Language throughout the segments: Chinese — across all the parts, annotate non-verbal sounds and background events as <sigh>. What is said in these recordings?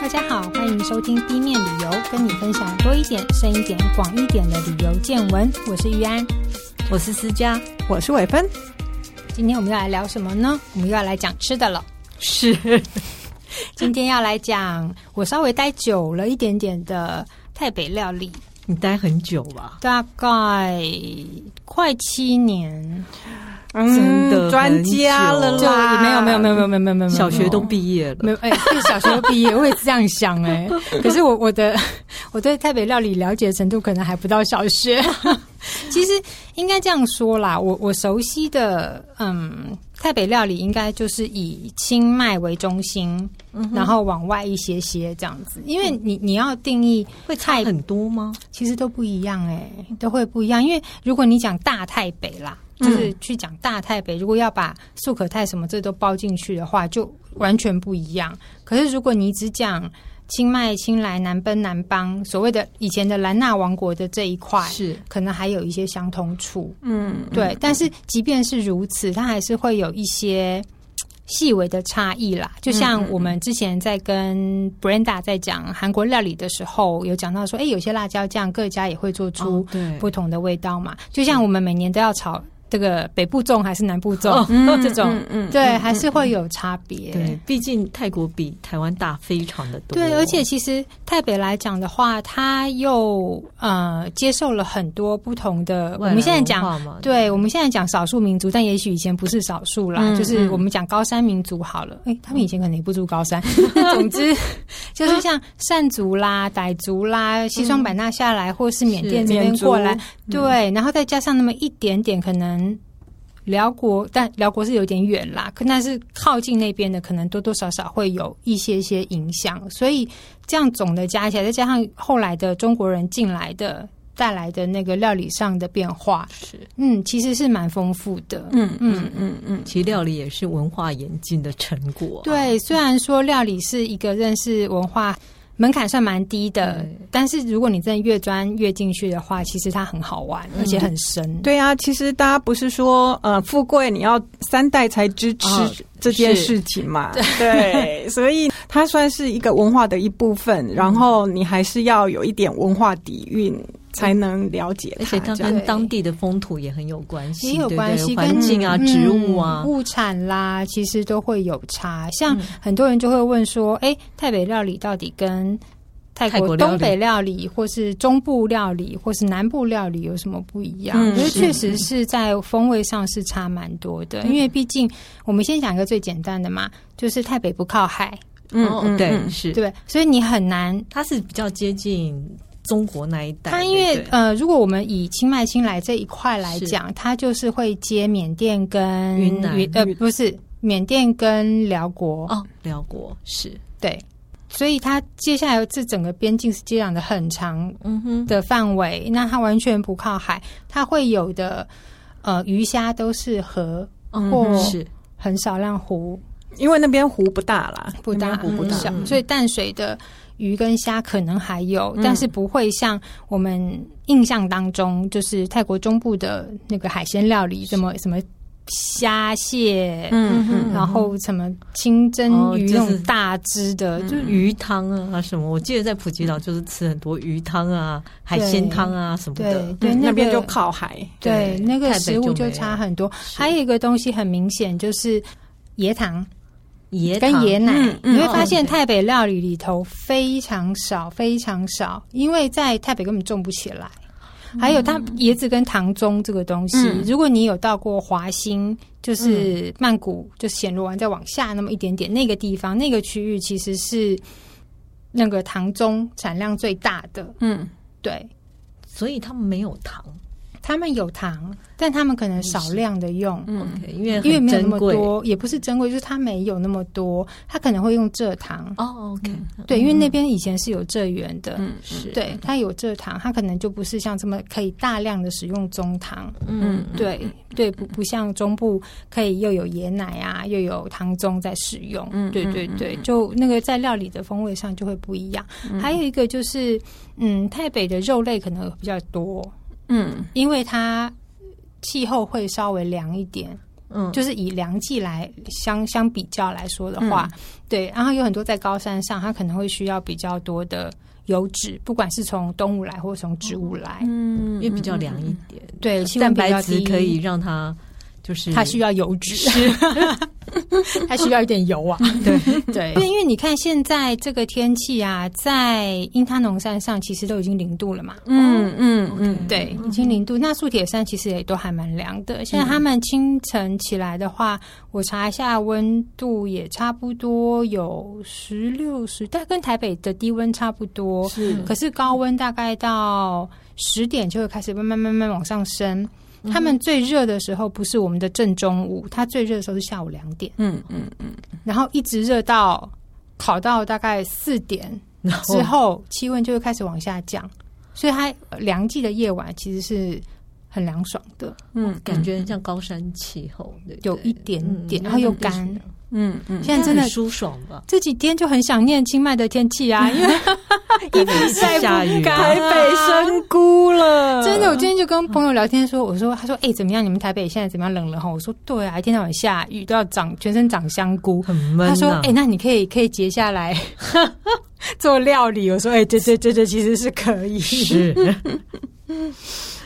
大家好，欢迎收听地面旅游，跟你分享多一点、深一点、广一点的旅游见闻。我是玉安，我是思佳，我是伟芬。今天我们要来聊什么呢？我们又要来讲吃的了。是今天要来讲我稍微待久了一点点的泰北料理，你待很久吧？大概快七年。嗯真的专家了就啦，没有没有没有没有没有没有没有，小学都毕业没了，有哎，对，小学毕业我也是这样想哎、可是我我的 <laughs> 我对台北料理了解的程度可能还不到小学。 <laughs> 其实应该这样说啦，我我熟悉的嗯台北料理应该就是以清迈为中心，然后往外一些些这样子，因为你你要定义会差差很多吗？其实都不一样哎、都会不一样。因为如果你讲大太北啦，就是去讲大太北，如果要把素可泰什么这都包进去的话，就完全不一样。可是如果你只讲清迈、清莱、南奔、南邦，所谓的以前的兰纳王国的这一块，是可能还有一些相通处。嗯，对，但是即便是如此，它还是会有一些细微的差异啦。嗯就像我们之前在跟 Brenda 在讲韩国料理的时候，有讲到说，哎，有些辣椒酱各家也会做出哦对不同的味道嘛。就像我们每年都要炒这个北部粽还是南部粽，嗯 <laughs> 这种嗯嗯对，还是会有差别。对，毕竟泰国比台湾大非常的多。对，而且其实台北来讲的话，它又呃接受了很多不同的。我外来们现在讲文化嘛，对，我们现在讲少数民族，但也许以前不是少数啦，嗯就是我们讲高山民族好了。哎，他们以前可能也不住高山。那总之，啊就是像善族啦、傣族啦、西双版纳下来，或是缅甸是这边缅族嗯过来，对，然后再加上那么一点点可能。辽国，但辽国是有点远啦，可但是靠近那边的，可能多多少少会有一些些影响，所以这样总的加起来，再加上后来的中国人进来的带来的那个料理上的变化，是，嗯，其实是蛮丰富的。嗯嗯嗯嗯嗯，其实料理也是文化演进的成果啊。对，虽然说料理是一个认识文化门槛算蛮低的对，但是如果你真的越钻越进去的话，其实它很好玩，而且很深。对啊，其实大家不是说呃，富贵你要三代才支持啊这件事情嘛？对，所以它算是一个文化的一部分，然后你还是要有一点文化底蕴才能了解它。而且它这样跟哎当地的风土也很有关系，也有对不对关系，环跟境啊、嗯植物啊，嗯物产啦，其实都会有差。像很多人就会问说，哎、泰北料理到底跟泰泰国国料理东北料理，或是中部料理，或是南部料理有什么不一样？嗯我觉得是确实是在风味上是差蛮多的，因为毕竟我们先讲一个最简单的嘛，就是泰北不靠海，嗯哦对，嗯是对不，对？所以你很难它是比较接近中国那一带。它因为对不对呃，如果我们以清迈、清莱这一块来是讲，它就是会接缅甸跟云南呃，不是缅甸跟辽国，哦，辽国是，对，所以它接下来这整个边境是接壤的很长嗯哼，的范围，那它完全不靠海，它会有的呃鱼虾都是河，嗯或哼是很少量湖因为那边湖不大啦，不大那边湖不很大，小，嗯所以淡水的。鱼跟虾可能还有，但是不会像我们印象当中，就是泰国中部的那个海鲜料理，什么什么虾蟹，嗯嗯然后什么清蒸哦鱼就那是嗯种大只的，就是鱼汤啊什么，我记得在普吉岛就是吃很多鱼汤啊、海鲜汤啊什么对的。对，嗯那边个就靠海。对，对那个台北食物就就没差有很多。还有一个东西很明显就是椰糖椰跟汤椰奶，嗯嗯你会发现哦台北料理里头非常少，非常少，因为在台北根本种不起来。还有它椰子跟糖棕这个东西，嗯如果你有到过华兴，就是曼谷，就是暹罗湾再往下那么一点点那个地方，那个区域其实是那个糖棕产量最大的。嗯，对，所以他们没有糖。他们有糖，但他们可能嗯少量的用。 OK，因为因为很没有那珍么贵。多，也不是珍贵，就是它没有那么多，它可能会用蔗糖。哦，OK，对，因为那边以前是有蔗园的，嗯是，对，它有蔗糖，它可能就不是像这么可以大量的使用中糖。嗯，对对，不不像中部可以又有椰奶啊，又有糖棕在使用。嗯对嗯嗯对对，就那个在料理的风味上就会不一样。还有一个就是，嗯，台北的肉类可能比较多，嗯因为它气候会稍微凉一点，嗯，就是以凉季来相相比较来说的话，对，然后有很多在高山上，它可能会需要比较多的油脂，不管是从动物来或从植物来，嗯因为比较凉一点，对，气蛋温比白较质低，可以让它就是它需要油脂， <laughs> 它需要一点油啊。 <laughs> 对对，因为因为你看现在这个天气啊，在樱他农山上其实都已经零度了嘛。嗯嗯嗯，嗯对，已经零度。那素铁山其实也都还蛮凉的。现在他们清晨起来的话，我查一下温度也差不多有十六十，但跟台北的低温差不多。是可是高温大概到十点就会开始慢慢慢慢往上升。嗯他们最热的时候不是我们的正中午，它最热的时候是下午两点，嗯嗯然后一直热到烤到大概四点然后之后，气温就会开始往下降，所以它呃凉季的夜晚其实是很凉爽的，嗯，哦感觉很像高山气候，对不对有一点点，嗯然后又那就是干。嗯嗯现在真的很舒爽 <laughs> 吧？这几天就很想念清迈的天气 <laughs> 啊，因为一直下雨啊，台台北北生生菇了，真的，我今天就跟朋友聊天说，我说，他说，哎、怎么样？你们台北现在怎么样？冷了哈？我说，对啊，一天到晚下雨，都要长全身长香菇。很闷、啊。他说，哎、那你可以可以截下来做料理。我说，哎、这这这这其实是可以。是，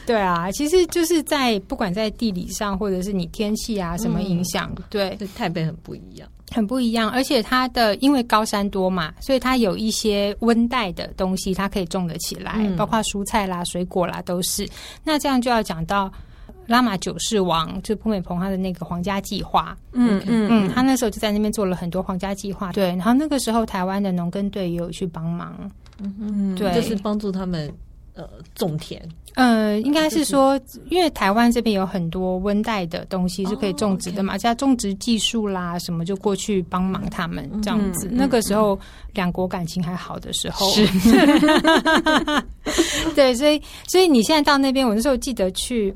对啊，其实就是在不管在地理上，或者是你天气啊什么影响，对，对台北很不一样。很不一样。而且它的因为高山多嘛，所以它有一些温带的东西，它可以种得起来，嗯包括蔬菜啦、水果啦都是。那这样就要讲到。拉玛九世王就普美蓬他的那个皇家计划，嗯嗯嗯，他那时候就在那边做了很多皇家计划，对。然后那个时候台湾的农耕队也有去帮忙，嗯对就是帮助他们呃种田，呃，应该是说，因为台湾这边有很多温带的东西是可以种植的哦嘛，加种植技术啦什么，就过去帮忙他们这样子。嗯嗯那个时候两国感情还好的时候，嗯 <laughs> <laughs> 对，所以所以你现在到那边，我那时候记得去。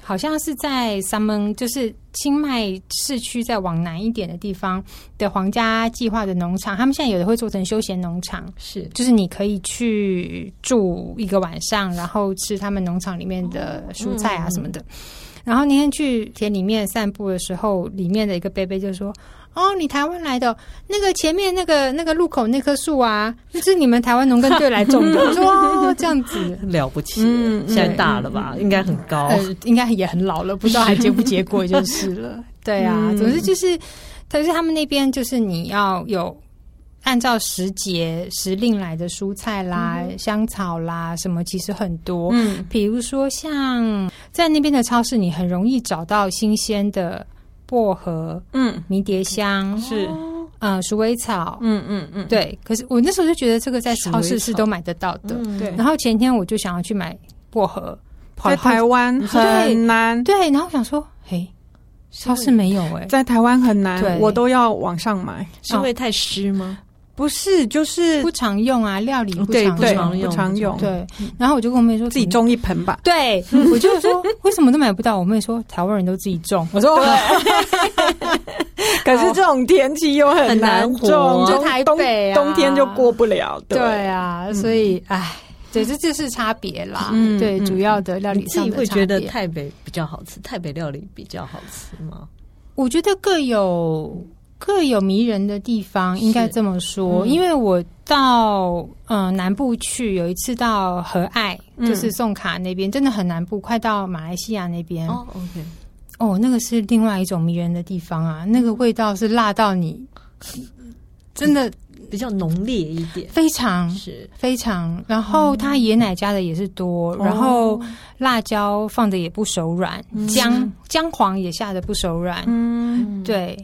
好像是在三门，就是清迈市区再往南一点的地方的皇家计划的农场，他们现在有的会做成休闲农场，是就是你可以去住一个晚上，然后吃他们农场里面的蔬菜啊什么的。然后那天去田里面散步的时候，里面的一个贝贝就说：“哦，你台湾来的哦，那个前面那个那个路口那棵树啊，那是你们台湾农耕队来种的。”我说：“哦，这样子。”很了不起。嗯嗯现在大了吧，应该很哦高。呃，应该也很老了，不知道还结不结果就是 <laughs> 了。对啊，嗯总之就是，但是他们那边就是你要有按照时节时令来的蔬菜啦、香草啦什么，其实很多。嗯比如说像在那边的超市，你很容易找到新鲜的薄荷、嗯迷迭香、是呃鼠尾草。嗯嗯嗯，对，可是我那时候就觉得这个在鼠超尾市是草都买得到的。嗯对然后前天我就想要去买薄荷，跑在了好台湾很难，对，然后我想说，嘿，超市没有哎、在台湾很对难，我都要网上买。是因为太湿吗？不是，就是哦不常用啊，料理不常嗯对用，不对常用，不常用对然后我就跟我妹说自己。种一盆吧。怎么 <laughs> 对，我就说为什么都买不到？我妹说台湾人都自己种。我说 <laughs> 可是这种天气又很难很难种，活冬就台北啊冬冬天就过不了。对啊，所以唉，对，这这是差别啦。嗯对，嗯主要的料你理自上己的会差别觉得台北比较好吃，台北料理比较好吃吗？我觉得各有各有迷人的地方，应该这么说。嗯因为我到嗯、呃南部去，有一次到和爱，嗯就是宋卡那边，真的很南部，快到马来西亚那边。哦，OK，哦，那个是另外一种迷人的地方啊，嗯那个味道是辣到你，真的比较浓烈一点，非常。是非常，然后它椰奶加的也是多，嗯然哦后辣椒放的也不手软，嗯姜姜黄也下的不手软，嗯，对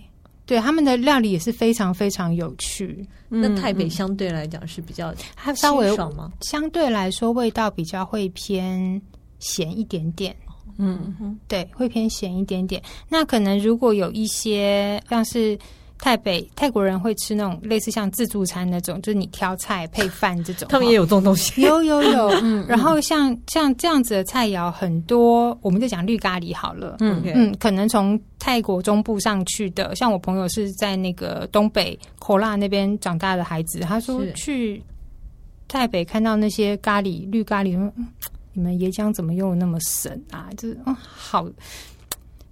对，他们的料理也是非常非常有趣，嗯那台北相对来讲是比较它稍微清爽吗？相对来说味道比较会偏咸一点点，嗯对，会偏咸一点点。那可能如果有一些像是。泰北泰国人会吃那种类似像自助餐那种，就是你挑菜配饭这种。 <laughs> 他们也有这种东西，有有有，然后像像这样子的菜肴很多，我们就讲绿咖喱好了。嗯 OK 嗯，可能从泰国中部上去的，像我朋友是在那个东北口拉那边长大的孩子，他说是去台北看到那些咖喱绿咖喱，嗯，你们椰浆怎么用得那么神啊？就是嗯，好哦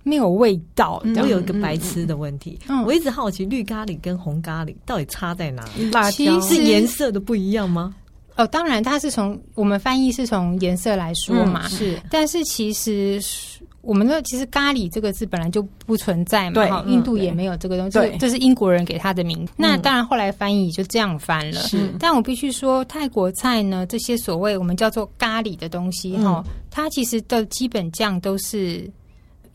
没有味道嗯我的。有一个白痴的问题，嗯我一直好奇绿咖喱跟红咖喱到底差在哪里？辣其椒实是颜色的不一样吗？哦，当然它是从我们翻译是从颜色来说嘛，是但是其实是我们的其实咖喱这个字本来就不存在嘛，对哈嗯印度也没有这个东西，对这这是英国人给它的名。那当然后来翻译就这样翻嗯了。是但我必须说，泰国菜呢，这些所谓我们叫做咖喱的东西嗯哈、它其实的基本酱都是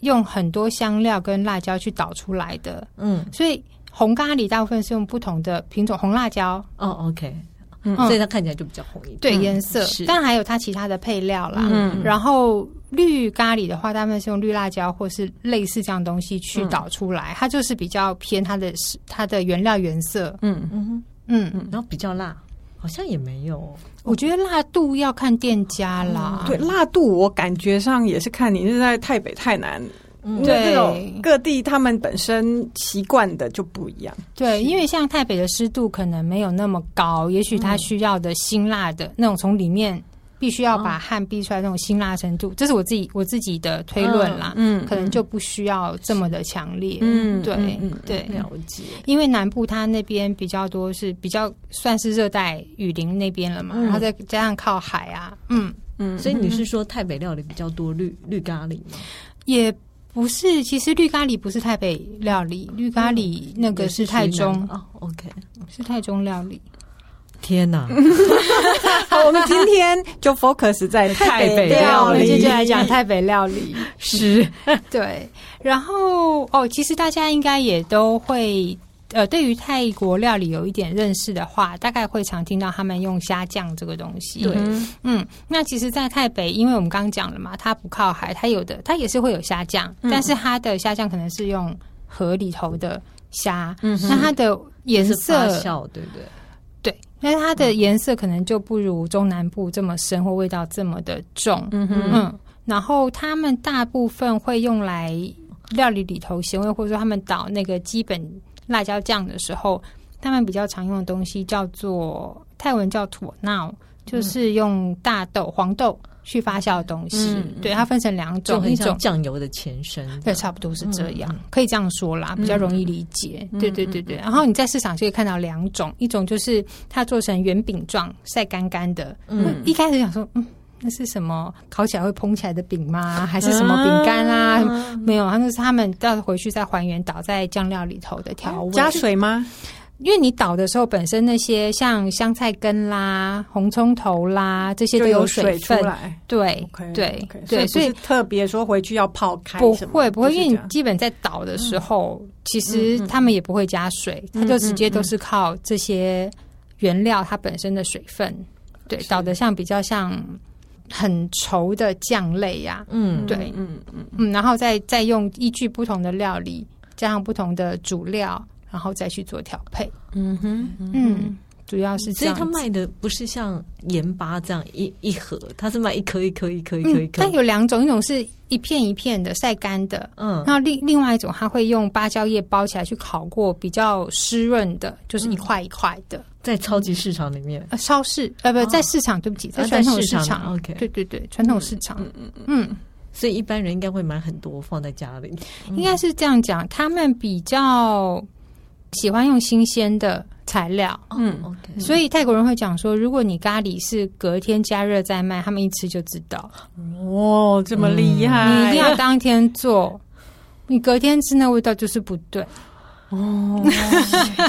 用很多香料跟辣椒去捣出来的，嗯所以红咖喱大部分是用不同的品种红辣椒，哦，OK，嗯所以它看起来就比较红一点。对嗯颜色是，但还有它其他的配料啦。嗯然后绿咖喱的话，大部分是用绿辣椒或是类似这样东西去捣出嗯来，它就是比较偏它的它的原料原色。嗯，嗯哼，嗯，然后比较辣，好像也没有哦。我觉得辣度要看店家啦。对，辣度我感觉上也是看你是在台北、太南，嗯因为这种各地他们本身习惯的就不一样。对，因为像台北的湿度可能没有那么高，也许它需要的辛辣的、那种从里面必须要嗯把汗逼出来那种辛辣程度，这是我自己我自己的推论啦。嗯可能就不需要这么的强烈。嗯对对。了解，因为南部它那边比较多是比较算是热带雨林那边了嘛，嗯然后再加上靠海啊，嗯，嗯所以你是说台北料理比较多绿绿咖喱吗？也不是，其实绿咖喱不是台北料理，绿咖喱那个是泰中，哦，OK，是泰中料理。天 <laughs> 哪，好，我们今天就 focus 在台台北北对啊，料我们料理接理着。来讲台北料理。是对，然后哦，其实大家应该也都会。呃，对于泰国料理有一点认识的话，大概会常听到他们用虾酱这个东西。对嗯嗯，那其实，在泰北，因为我们刚刚讲了嘛，它不靠海，它有的它也是会有虾酱，嗯但是它的虾酱可能是用河里头的虾，嗯哼那它的颜是发色酵，对不对？对，那它的颜色可能就不如中南部这么深或味道这么的重，嗯哼，嗯，然后他们大部分会用来料理里头咸味，或者说他们捣那个基本辣椒酱的时候，他们比较常用的东西叫做泰文叫妥闹，就是用大豆、黄豆去发酵的东西。嗯对，它分成两就种，很一像种酱油的前身。对，差不多是这样，嗯可以这样说啦，比较嗯容易理解。对对对对。然后你在市场就可以看到两种，一种就是它做成圆饼状，晒干干的。嗯，一开始想说，嗯，那是什么烤起来会蓬起来的饼吗？还是什么饼干啊？没有，它那是他们到回去再还原倒在酱料里头的调味。加水吗？因为你倒的时候，本身那些像香菜根啦、红葱头啦，这些就都有水出分。来。对 OK，对 OK，对，所所以以不是特别说回去要泡开不什么，会不就会，是因为这你样嗯基本在倒的时候，其实他们也不会加水，它就直嗯接都是靠这些原料它本身的水分，对，是倒的像比较像很稠的酱类呀、嗯，对嗯嗯嗯，然后再再用依据不同的料理，加上不同的主料，然后再去做调配，嗯哼，嗯，主要是这所以样他子。卖的不是像盐巴这样一一盒，他是卖一颗一颗一颗一颗一嗯，颗但。有两种，一种是一片一片的晒干的，嗯那另另外一种，它会用芭蕉叶包起来去烤过，比较湿润的，就是一嗯块一块的。在超级市场里面，呃，超市呃不，在市场，对不起，啊在传统哦在市市场场。 OK 对对对，传统市场。嗯嗯所以一般人应该会买很多放在家里。应该是这样讲，他们比较喜欢用新鲜的材料。嗯哦，OK，所以泰国人会讲说，如果你咖喱是隔天加热再卖，他们一吃就知道。哦，这么厉害，嗯你一定要当天做，你隔天吃那味道就是不 <laughs> 对。哦，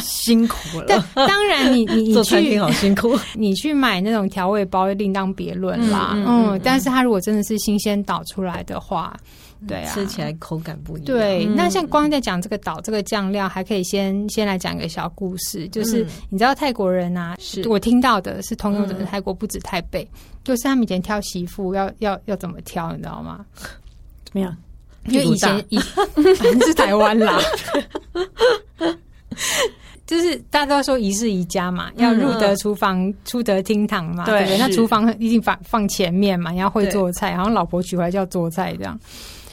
辛苦但了，当然你，你做你餐去厅好辛苦。你去买那种调味包另当别论啦，嗯嗯，嗯嗯但是它如果真的是新鲜导出来的话，对啊，吃起来口感不一样。对。嗯那像光在讲这个岛这个酱料，还可以先先来讲一个小故事，就是、嗯你知道泰国人啊，是我听到的是通用整个嗯泰国，不止泰北，就是他们以前挑媳妇要要要怎么挑，你知道吗？怎么样？因为以前以 <laughs> 反正是台湾啦， <laughs> 就是大家都说一室宜家嘛，要入得厨房，出得厅堂嘛，对嗯对不对？是那厨房一定放放前面嘛，你要会对做菜，然后老婆娶回来就要做菜这样。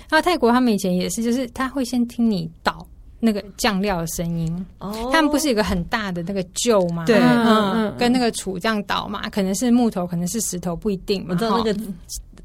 然后泰国他们以前也是，就是他会先听你倒那个酱料的声音，哦他们不是有个很大的那个臼吗？对嗯嗯嗯嗯，跟那个杵这样倒嘛，可能是木头，可能是石头，不一定嘛。我知道那哈个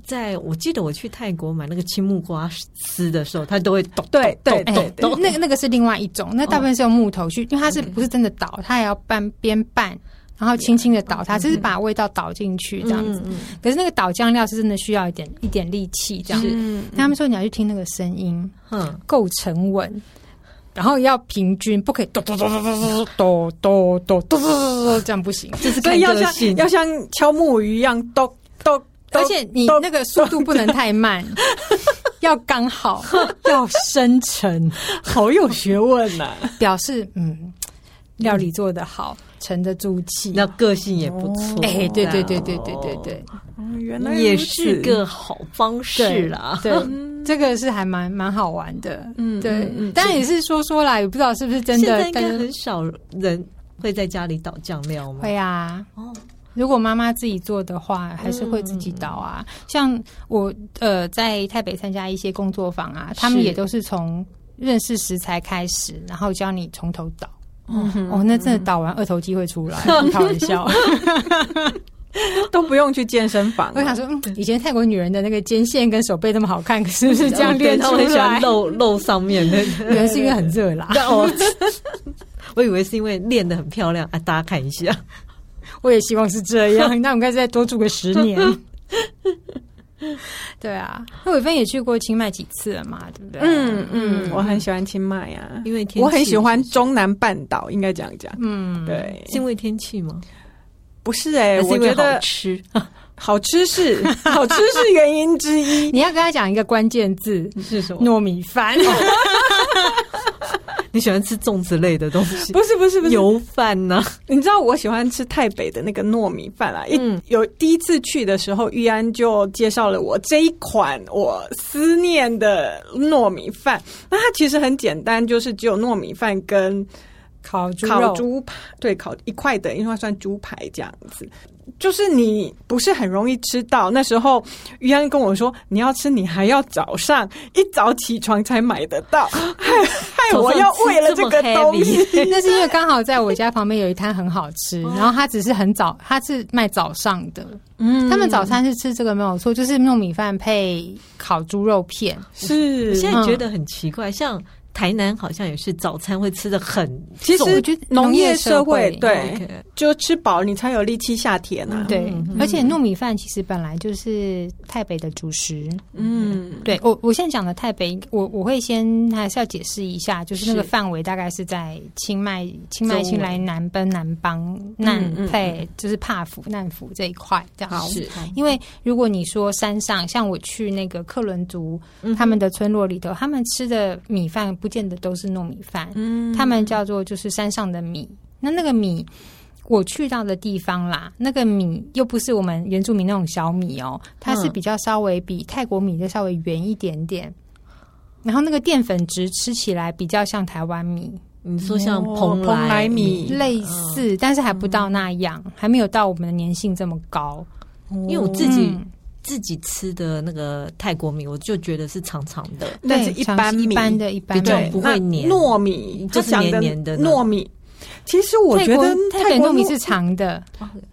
在我记得我去泰国买那个青木瓜丝的时候，它都会抖。对对哎对对，那个那个是另外一种，那大部分是用木头去，因为它是 OK 不是真的倒，它也要拌边拌，然后轻轻的倒它，就是把味道倒进去这样子。啊嗯，可是那个倒酱料是真的需要一点一点力气这样。是嗯他们说你要去听那个声音，嗯够沉稳。然后要平均，不可以咚咚咚咚咚咚咚咚咚咚，这样不行。这是所看以要个像性要像敲木鱼一样咚咚，而且你咚那个速度不能太慢，要刚好，要深沉，好有学问呐、 <laughs> 表示嗯，料理做得好，沉得住气。那个性也不错。哎，对对对对这对样对对，哦原来也如是此个好方式啦。对，这个是还蛮蛮好玩的。嗯对嗯嗯，当然也是说说啦，也不知道是不是真现在的，应但该是很少人会在家里倒酱料吗？会啊。哦，如果妈妈自己做的嗯话，还是会自己倒啊。像我呃，在台北参加一些工作坊啊，他们是也都是从认识食材开始，然后教你从头倒。嗯哼哦，那真的倒完二头肌会 <laughs> 出来，开玩笑。都不用去健身房了。啊 <laughs> 我想说，嗯，以前泰国女人的那个肩线跟手背那么好看，可是不是这样对练他出们很喜欢 <laughs> 来？露露上面的。原来是因为很热啦。但我我以为是因为练得很漂亮啊，大家看一下。我也希望是这 <laughs> 样。那我们该再多住个十年。对啊，那伟芬也去过清迈几次了嘛，对不对？嗯嗯，我很喜欢清迈啊，因为天气我很喜欢中南半岛，应该这样讲。嗯，对，是因为天气吗？不是哎、还是我因为觉好得 <laughs> 吃。好吃是好吃是原因 <laughs> 之一。你要跟他讲一个关键字：是嗯什么？糯米饭。哦你喜欢吃粽子类的东西？不是不是不是，油饭呢、你知道我喜欢吃台北的那个糯米饭啊。一、嗯有第一次去的时候，玉安就介绍了我这一款我思念的糯米饭。那它其实很简单，就是只有糯米饭跟 <laughs> 烤猪烤肉，猪排，对，烤一块的，因为它算猪排这样子。就是你不是很容易吃到，那时候于安跟我说你要吃，你还要早上一早起床才买得到， <laughs> 害害我要为了这个东西， <laughs> <laughs> 那是因为刚好在我家旁边有一摊很好吃，哦然后它只是很早，它是卖早上的。嗯他们早餐是吃这个没有错，就是糯米饭配烤猪肉片。 <laughs> 我是现在觉得很奇怪，像台南好像也是早餐会吃的很其我实觉得农业社会会对， OK 就吃饱你才有力气下田啊，对嗯，而且糯米饭其实本来就是台北的主食。嗯，对我，我现在讲的台北，我我会先还是要解释一下，就是那个是范围大概是在清迈、清迈、周围新来南奔、南邦、难嗯嗯配，就是帕府、难府这一块这样。是，因为如果你说山上，像我去那个克伦族嗯他们的村落里头，他们吃的米饭不见得都是糯米饭，嗯他们叫做就是山上的米。那那个米，我去到的地方啦，那个米又不是我们原住民那种小米哦，它是嗯比较稍微比泰国米再稍微圆一点点。然后那个淀粉值吃起来比较像台湾米，你说像哦蓬蓬莱米类嗯似，但是还不到那样，还没有到我们的粘性这么高。因为我自己嗯自己吃的那个泰国米，我就觉得是长长的，但是对一尝般试一米般的一般比较米对不会那黏糯米，就是他讲黏黏的那糯米。其实我泰觉国得泰北糯米糯是长的，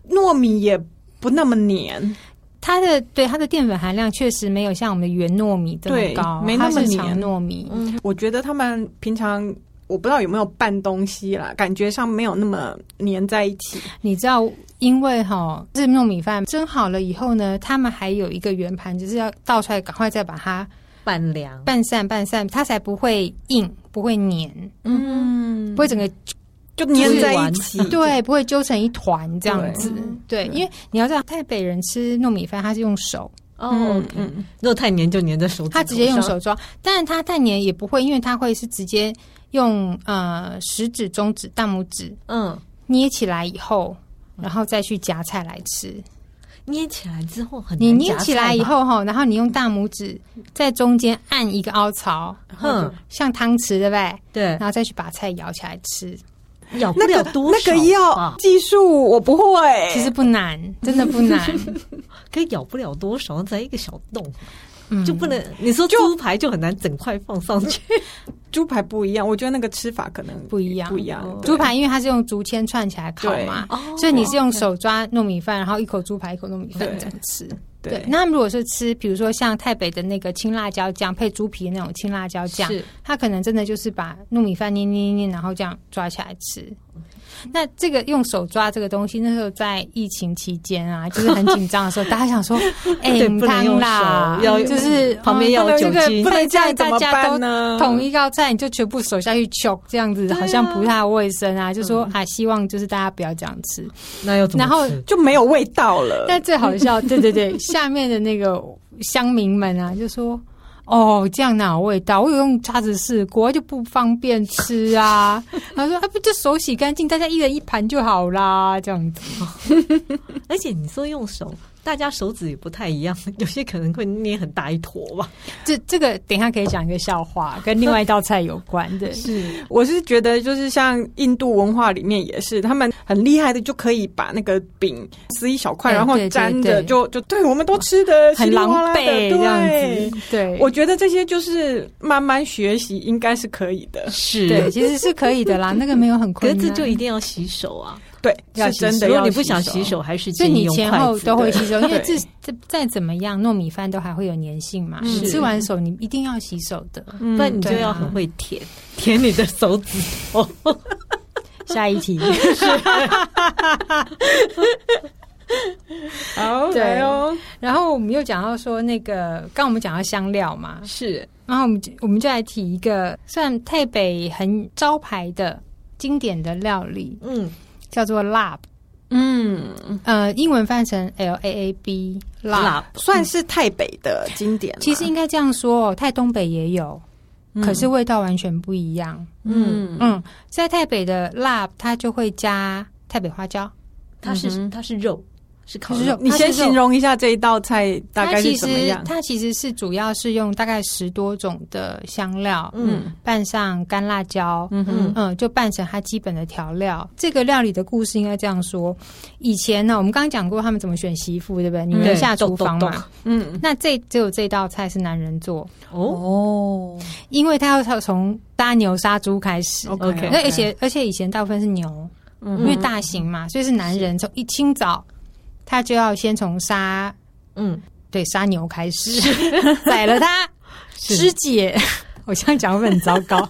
糯米也不那么黏，它的对它的淀粉含量确实没有像我们的圆糯米这么对高，没那么它是黏长嗯糯米。我觉得他们平常。我不知道有没有拌东西啦，感觉上没有那么粘在一起。你知道，因为哈、这糯米饭蒸好了以后呢，他们还有一个圆盘，就是要倒出来，赶快再把它拌凉。拌散拌散，它才不会硬，不会黏，嗯不会整个就粘在一起。对，不会揪成一团这样子。嗯对，对因为你要知道，台北人吃糯米饭，他是用手，哦嗯， OK 嗯，如果太黏就黏在手指头上，他直接用手抓，但是他太黏也不会，因为他会是直接用呃食指、中指、大拇指嗯捏起来以后，然后再去夹菜来吃。捏起来之后很你难捏夹起菜来以吧，后哈，然后你用大拇指在中间按一个凹槽，哼，像汤匙对不对？对然，后再去把菜舀起来吃，咬不那了个多那少啊个要吧技术，我不会。其实不难，真的不 <laughs> 难。可以咬不了多少，在一个小洞嗯，就不能。你说猪排就很难整块放上 <laughs> 去，猪排不一样，我觉得那个吃法可能不一样哦不一样。对猪排因为它是用竹签串起来烤嘛，对哦所以你是用手抓糯米饭，然后一口猪排一口糯米饭对这样吃。对对，，那他们如果是吃，比如说像台北的那个青辣椒酱配猪皮那种青辣椒酱，是他可能真的就是把糯米饭捏捏捏，然后这样抓起来吃。嗯那这个用手抓这个东西，那时候在疫情期间 <laughs> 啊，就是很紧张的时候，大家想说，哎、对你不能看用啦，手要就是旁边要嗯有酒这个精不不能能这这样样，怎大么家都办呢？统一高菜，你就全部手下去揪，这样子对啊好像不太卫生啊。就嗯说啊，希望就是大家不要这样吃。 <laughs> 那要怎么然后吃就没有味道 <laughs> 了。但最好笑，对对对，下面的那个乡民们啊，就说。哦，这样哪有味道？我有用叉子试过，就不方便吃啊。然后说，啊，不就手洗干净，大家一人一盘就好啦，这样子。而且你说用手，大家手指也不太一样，有些可能会捏很大一坨吧。这这个等一下可以讲一个笑话，跟另外一道菜有关的。是，我是觉得，就是像印度文化里面也是，他们很厉害的，就可以把那个饼撕一小块，哎然后对对粘着，对就就对我们都吃的很狼狈这样。稀里哗啦的对子，对，我觉得这些就是慢慢学习，应该是可以的。是对其实是可以的啦，那个没有很可困是难。这就一定要洗手啊！对，要是洗真的如要果你不想洗手，还是所以建议你用前筷后子都会吸收，因为这对这再怎么样，糯米饭都还会有粘性嘛。是你吃完手，你一定要洗手的。嗯不然你就对要啊很会舔、舔你的手指哦头。 <laughs> 下一题，好对来哦。然后我们又讲到说那个，刚刚我们讲到香料嘛，是然后我们就我们就来提一个算台北很招牌的经典的料理， <laughs> 嗯，叫做 lab，嗯，呃，英文翻成 L A A B lab。辣算是太北的经典了。其实应该这样说哦，太东北也有，嗯，可是味道完全不一样。嗯嗯嗯，在台北的 lab 它就会加台北花椒，它是、嗯哼它是肉，是烤它嗯是肉肉，你先形容一下这一道菜大概它是其什么实样？它其实是主要是用大概十多种的香料，嗯拌上干辣椒。嗯哼嗯，就拌成它基本的调料。这个料理的故事应该这样说：以前呢，我们刚刚讲过他们怎么选媳妇，对不对？女人对嗯下厨懂懂房嘛。懂嗯那这只有这道菜是男人做，哦，哦因为他要从搭牛杀猪开始。 OK，那而且而且以前大部分是牛，嗯嗯因为大型嘛，所以是男人从一清早他就要先从杀嗯，对杀牛开始， <laughs> 宰了它，肢解。 <laughs> 我这样讲会不会很糟 <laughs> 糕？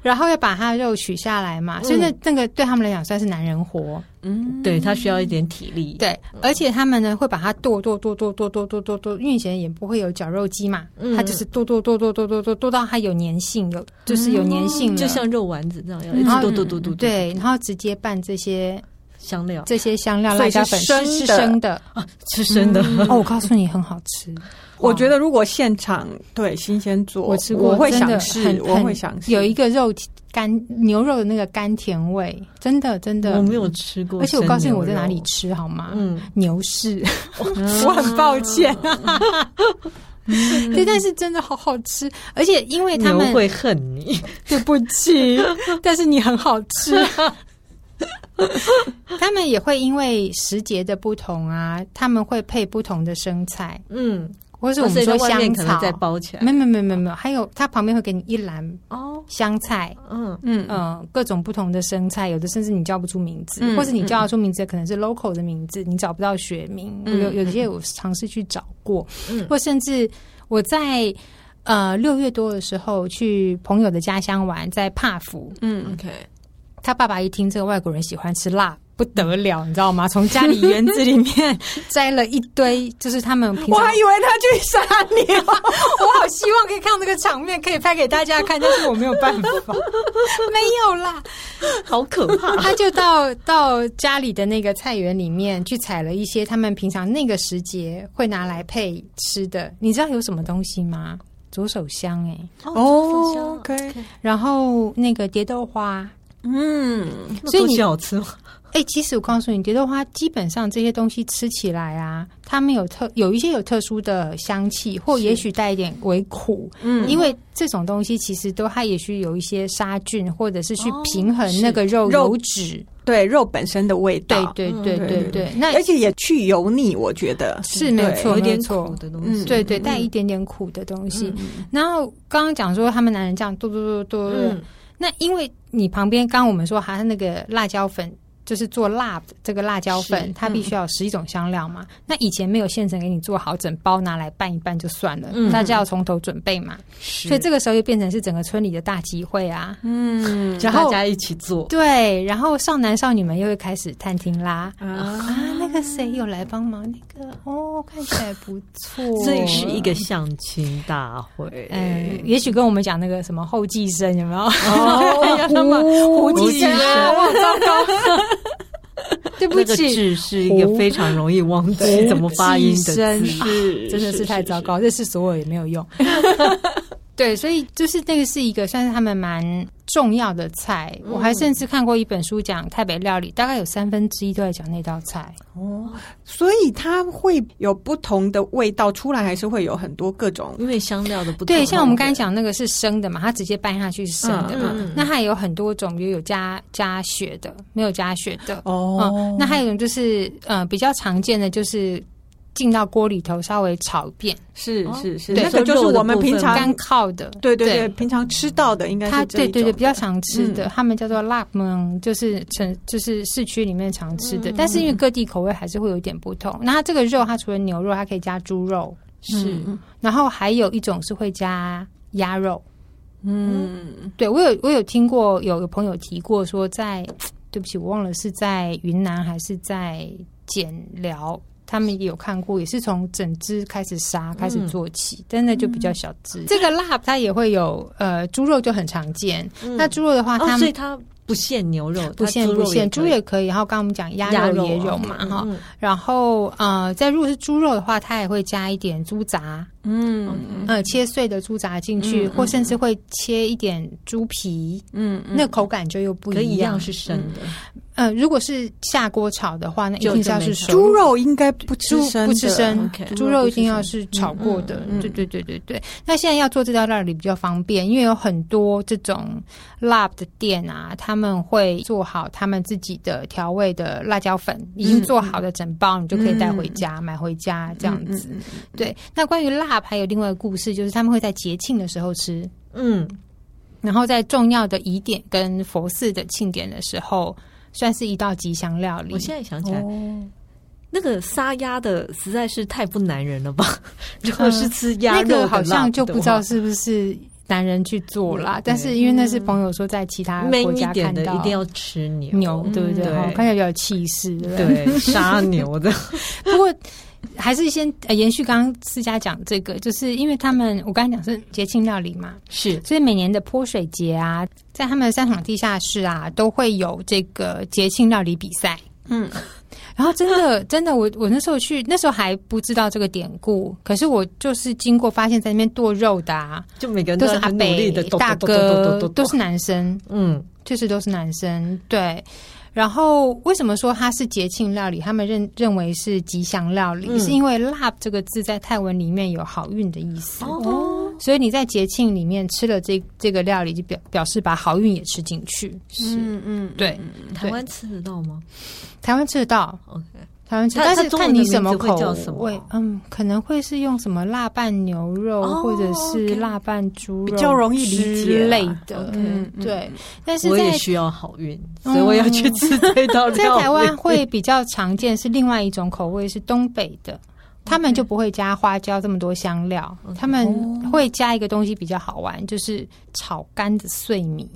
然后要把它的肉取下来嘛，所以那那个对他们来讲算是男人活。嗯嗯对，它需要一点体力，，对，而且他们呢会把它剁剁剁剁剁剁剁剁剁，因为以前也不会有绞肉机嘛，嗯它就是剁剁剁剁剁剁剁剁到它有粘性，有嗯就是有粘性了就像肉丸子那样，要一嗯直嘟嘟嘟嘟，对，嗯然后直接拌这些香料这些香料所辣以是椒粉生是是的生的吃生的，哦，我告诉你很好吃。我哇觉得如果现场对新鲜做，哦我吃过，我会真的想试很，我很会想试。有一个肉干牛肉的那个甘甜味，真的真的 <laughs> 我。没有吃过，而且我告诉你我在哪里，吃好吗？ <laughs> 嗯，牛市，嗯我很抱歉， <laughs> 对，但是真的好好吃，而且因为他嗯牛们会恨 <laughs> 你，对不起， <laughs> 但是你很好吃。 <laughs> 他们也会因为时节的不同啊，他们会配不同的生菜，嗯，或是所我以们在说外面香可能再草。嗯包起来，没有没有没有没有没有，还有它旁边会给你一篮哦，香菜，嗯，嗯嗯，各种不同的生菜，有的甚至你叫不出名字，嗯或是你叫得出名字，可能是 local 的名字，你找不到学名。嗯有有些我尝试去找过，嗯或甚至我在呃六月多的时候去朋友的家乡玩，在帕府，嗯， ，OK，他爸爸一听这个外国人喜欢吃辣。不得了，你知道吗？从家 <laughs> 里园子里面摘了一堆，就是他们平我常还以为他去杀牛， <laughs> 我好希望可以看到这个场面，可以拍给大家看，但是我没有办 <laughs> 法，没有啦。好可怕， <laughs> 他就到到家里的那个菜园里面去采了一些他们平常那个时节会拿来配吃的。你知道有什么东西吗？左手香哎、哦可以， ，OK，然后那个蝶豆花。嗯，所以你你好吃吗？哎、其实我告诉你，蝶豆花基本上这些东西吃起来啊，它们有特有一些有特殊的香气，或也许带一点微苦，嗯因为这种东西其实都它也许有一些杀菌，或者是去哦平衡是那个肉肉油脂。对肉本身的味对道，对嗯对对对对对，那而且也去油腻，我觉得是没有对错，啊有没有点错苦的东西，嗯对对，带一点点苦的东西。嗯然后刚刚讲说他们男人这样剁剁剁剁，剁嗯，那因为你旁边刚刚我们说还是那个辣椒粉就是做辣这个辣椒是嗯粉，它必须要有十一种香料嘛。那以前没有现成给你做好整包拿来拌一拌就算了，嗯大家要从头准备嘛。所所以这个时候就变成是整个村里的大集会啊。嗯然大后家一起做，对，然后少男少女们又会开始探听啦。啊，啊，那个谁有来帮忙？那个哦，看起来不错。这也是一个相亲大会。嗯，也许跟我们讲那个什么后继生有没 <laughs> 有？哦胡继生，我好糟糕。 <laughs> 对不那个起，字是一个非常容易忘记怎么发音的真字。是真的是太糟糕，这是所有也没有用。 <laughs> 对，所以就是那个是一个算是他们蛮重要的菜。我还甚至看过一本书讲台北料理，大概有三分之一都在讲那道菜。哦，所以它会有不同的味道出来，还是会有很多各种因为香料的不同对，像我们刚才讲那个是生的嘛，它直接拌下去是生的嘛。嗯嗯那它也有很多种，比如有加加血的，没有加血的。哦嗯，那还有一种就是，呃，比较常见的就是进到锅里头稍微炒遍，是哦是是，对那个就是我们平干常靠的。对对对，平常吃到的应该它是这对一对对种比较常吃的，他们叫做辣蒙，就是城就是市区里面常吃的，嗯但是因为各地口味还是会有一点不同。那它这个肉，它除了牛肉，它可以加猪肉，是嗯然后还有一种是会加鸭肉。嗯对我有我有听过有有朋友提过说在，对不起，我忘了是在云南还是在简辽，他们也有看过，也是从整只开始杀开始做起，但那就比较小只。这个辣它也会有呃猪肉就很常见，嗯那猪肉的话，哦，它所以们它不限牛肉，不限它不肉限，可猪以也可以，然后刚刚我们讲鸭肉也有嘛哈，嗯然后呃，在如果是猪肉的话，它也会加一点猪杂，嗯呃，切碎的猪杂进去，嗯嗯或甚至会切一点猪皮，嗯嗯那口感就又不可以一一样样。是生的，呃，如果是下锅炒的话，那一定是要是熟猪肉应该不吃猪生的，不吃生 OK，，猪肉一定要是炒过的。嗯嗯嗯对对对对对。那现在要做这道料理比较方便，因为有很多这种 lab 的店啊，他们会做好他们自己的调味的辣椒粉，已经做好的整包，你就可以带回家、买回家这样子。嗯嗯嗯对。那关于辣还有另外一个故事，就是他们会在节庆的时候吃。嗯，然后在重要的疑点跟佛寺的庆典的时候，算是一道吉祥料理。我现在想起来，哦，那个杀鸭的实在是太不男人了吧？ <laughs> 如果是吃鸭嗯那肉的个辣好的话，像就不知道是不是男人去做啦嗯，但是因为那是朋友说在其他 man 国嗯一家点看的到一定要吃牛，牛，对不对？对哦看起来比较有气势，对不对？ <laughs> 对，杀牛的，不过还是先、呃延续刚刚思佳讲这个，就是因为他们我刚才讲是节庆料理嘛，是所以每年的泼水节啊，在他们的三场地下室啊，都会有这个节庆料理比赛。嗯， <laughs> 然后真的 <laughs> 真的，我我那时候去，那时候还不知道这个典故，可是我就是经过发现，在那边剁肉的啊，就每个人都都是很阿努北力的，大哥，都是男生，嗯，就是都是男生，对。然后为什么说它是节庆料理？他们认认为是吉祥料理，嗯是因为 “lab” 这个字在泰文里面有好运的意思，哦，所以你在节庆里面吃了这这个料理，就表表示把好运也吃进去。是嗯对，台湾吃得到吗台湾吃得到， ？OK，台湾吃，它但它是中看文的你什么名字会口叫什么味，嗯，可能会是用什么辣拌牛肉，哦或者是 OK 辣拌猪肉，比较容易理解啊之类的 OK。嗯，对，但是我也在需要好运，所以我要去吃这 <laughs> 道在料理。台湾会比较常见是另外一种口味是东北 <laughs> 的。他们就不会加花椒这么多香料，他们会加一个东西比较好玩，就是炒干的碎米，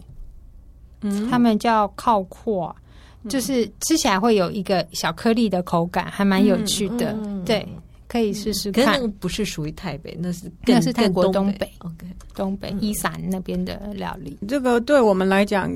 嗯他们叫靠阔，嗯就是吃起来会有一个小颗粒的口感，还蛮有趣的。嗯对，可以试试可是那看个不是属于台北，那是那更是泰国更东东北 OK，东嗯北伊散那边的料理。这个对我们来讲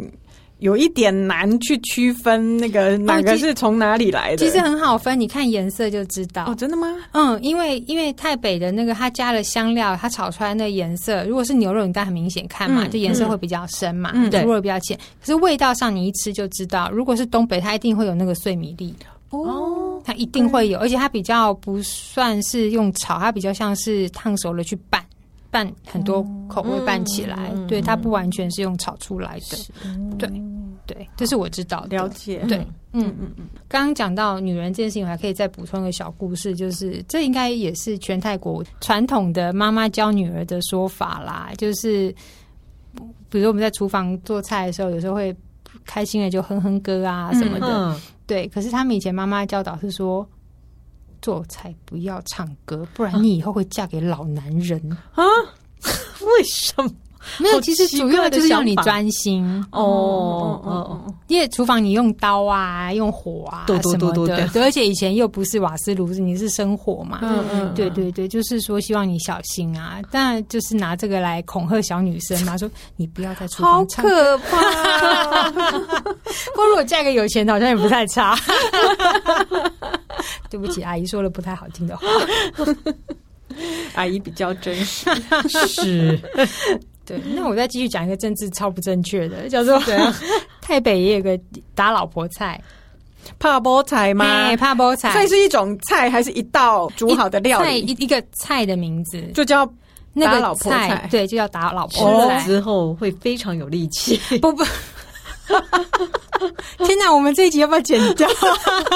有一点难去区分那个哪个是从哪里来的。哦其实很好分，你看颜色就知哦，道。真的吗？嗯，因为因为太北的那个，它加了香料，它炒出来那颜色，如果是牛肉，你当然很明显看嘛，嗯就颜色会比较深嘛，嗯猪对肉比较浅。可是味道上你一吃就知道，如果是东北，它一定会有那个碎米粒。哦，它一定会有，而且它比较不算是用炒，它比较像是烫熟了去拌，拌很多口味拌起来，嗯对，它不完全是用炒出来的，对对，这是我知道了的。解。哦对，嗯嗯嗯。刚刚讲到女人这件事情，我还可以再补充一个小故事，就是这应该也是全泰国传统的妈妈教女儿的说法啦，就是比如我们在厨房做菜的时候，有时候会开心了就哼哼歌啊什么的。嗯，对，可是他们以前妈妈教导是说，做菜不要唱歌，不啊然你以后会嫁给老男人。啊，为什么？没有，好其实奇主要怪的就是要想你法专心，哦哦哦，因为厨房你用刀啊，用火啊对对什么对对的对，对，而且以前又不是瓦斯炉，你是生火嘛。嗯嗯，对对对，就是说希望你小心啊，当然就是拿这个来恐吓小女生啊 <laughs> 嘛，说你不要在厨好房唱歌。可怕！ <laughs> 不过如果嫁给有钱的，好像也不太差。对不起，阿姨说了不太好听的话。 <laughs> 阿姨比较真实，哦是对，那我再继续讲一个政治超不正确的，叫做 <laughs> 台北也有个打老婆菜，怕菠菜吗哎，？怕包菜， <laughs> 算是一种菜，还是一道煮好的料菜理？一一个菜的名字，就叫那打个老婆菜对，就叫打老吃婆了菜。之后会非常有力气。不 <laughs> 不，天哪，我们这一集要不要剪掉？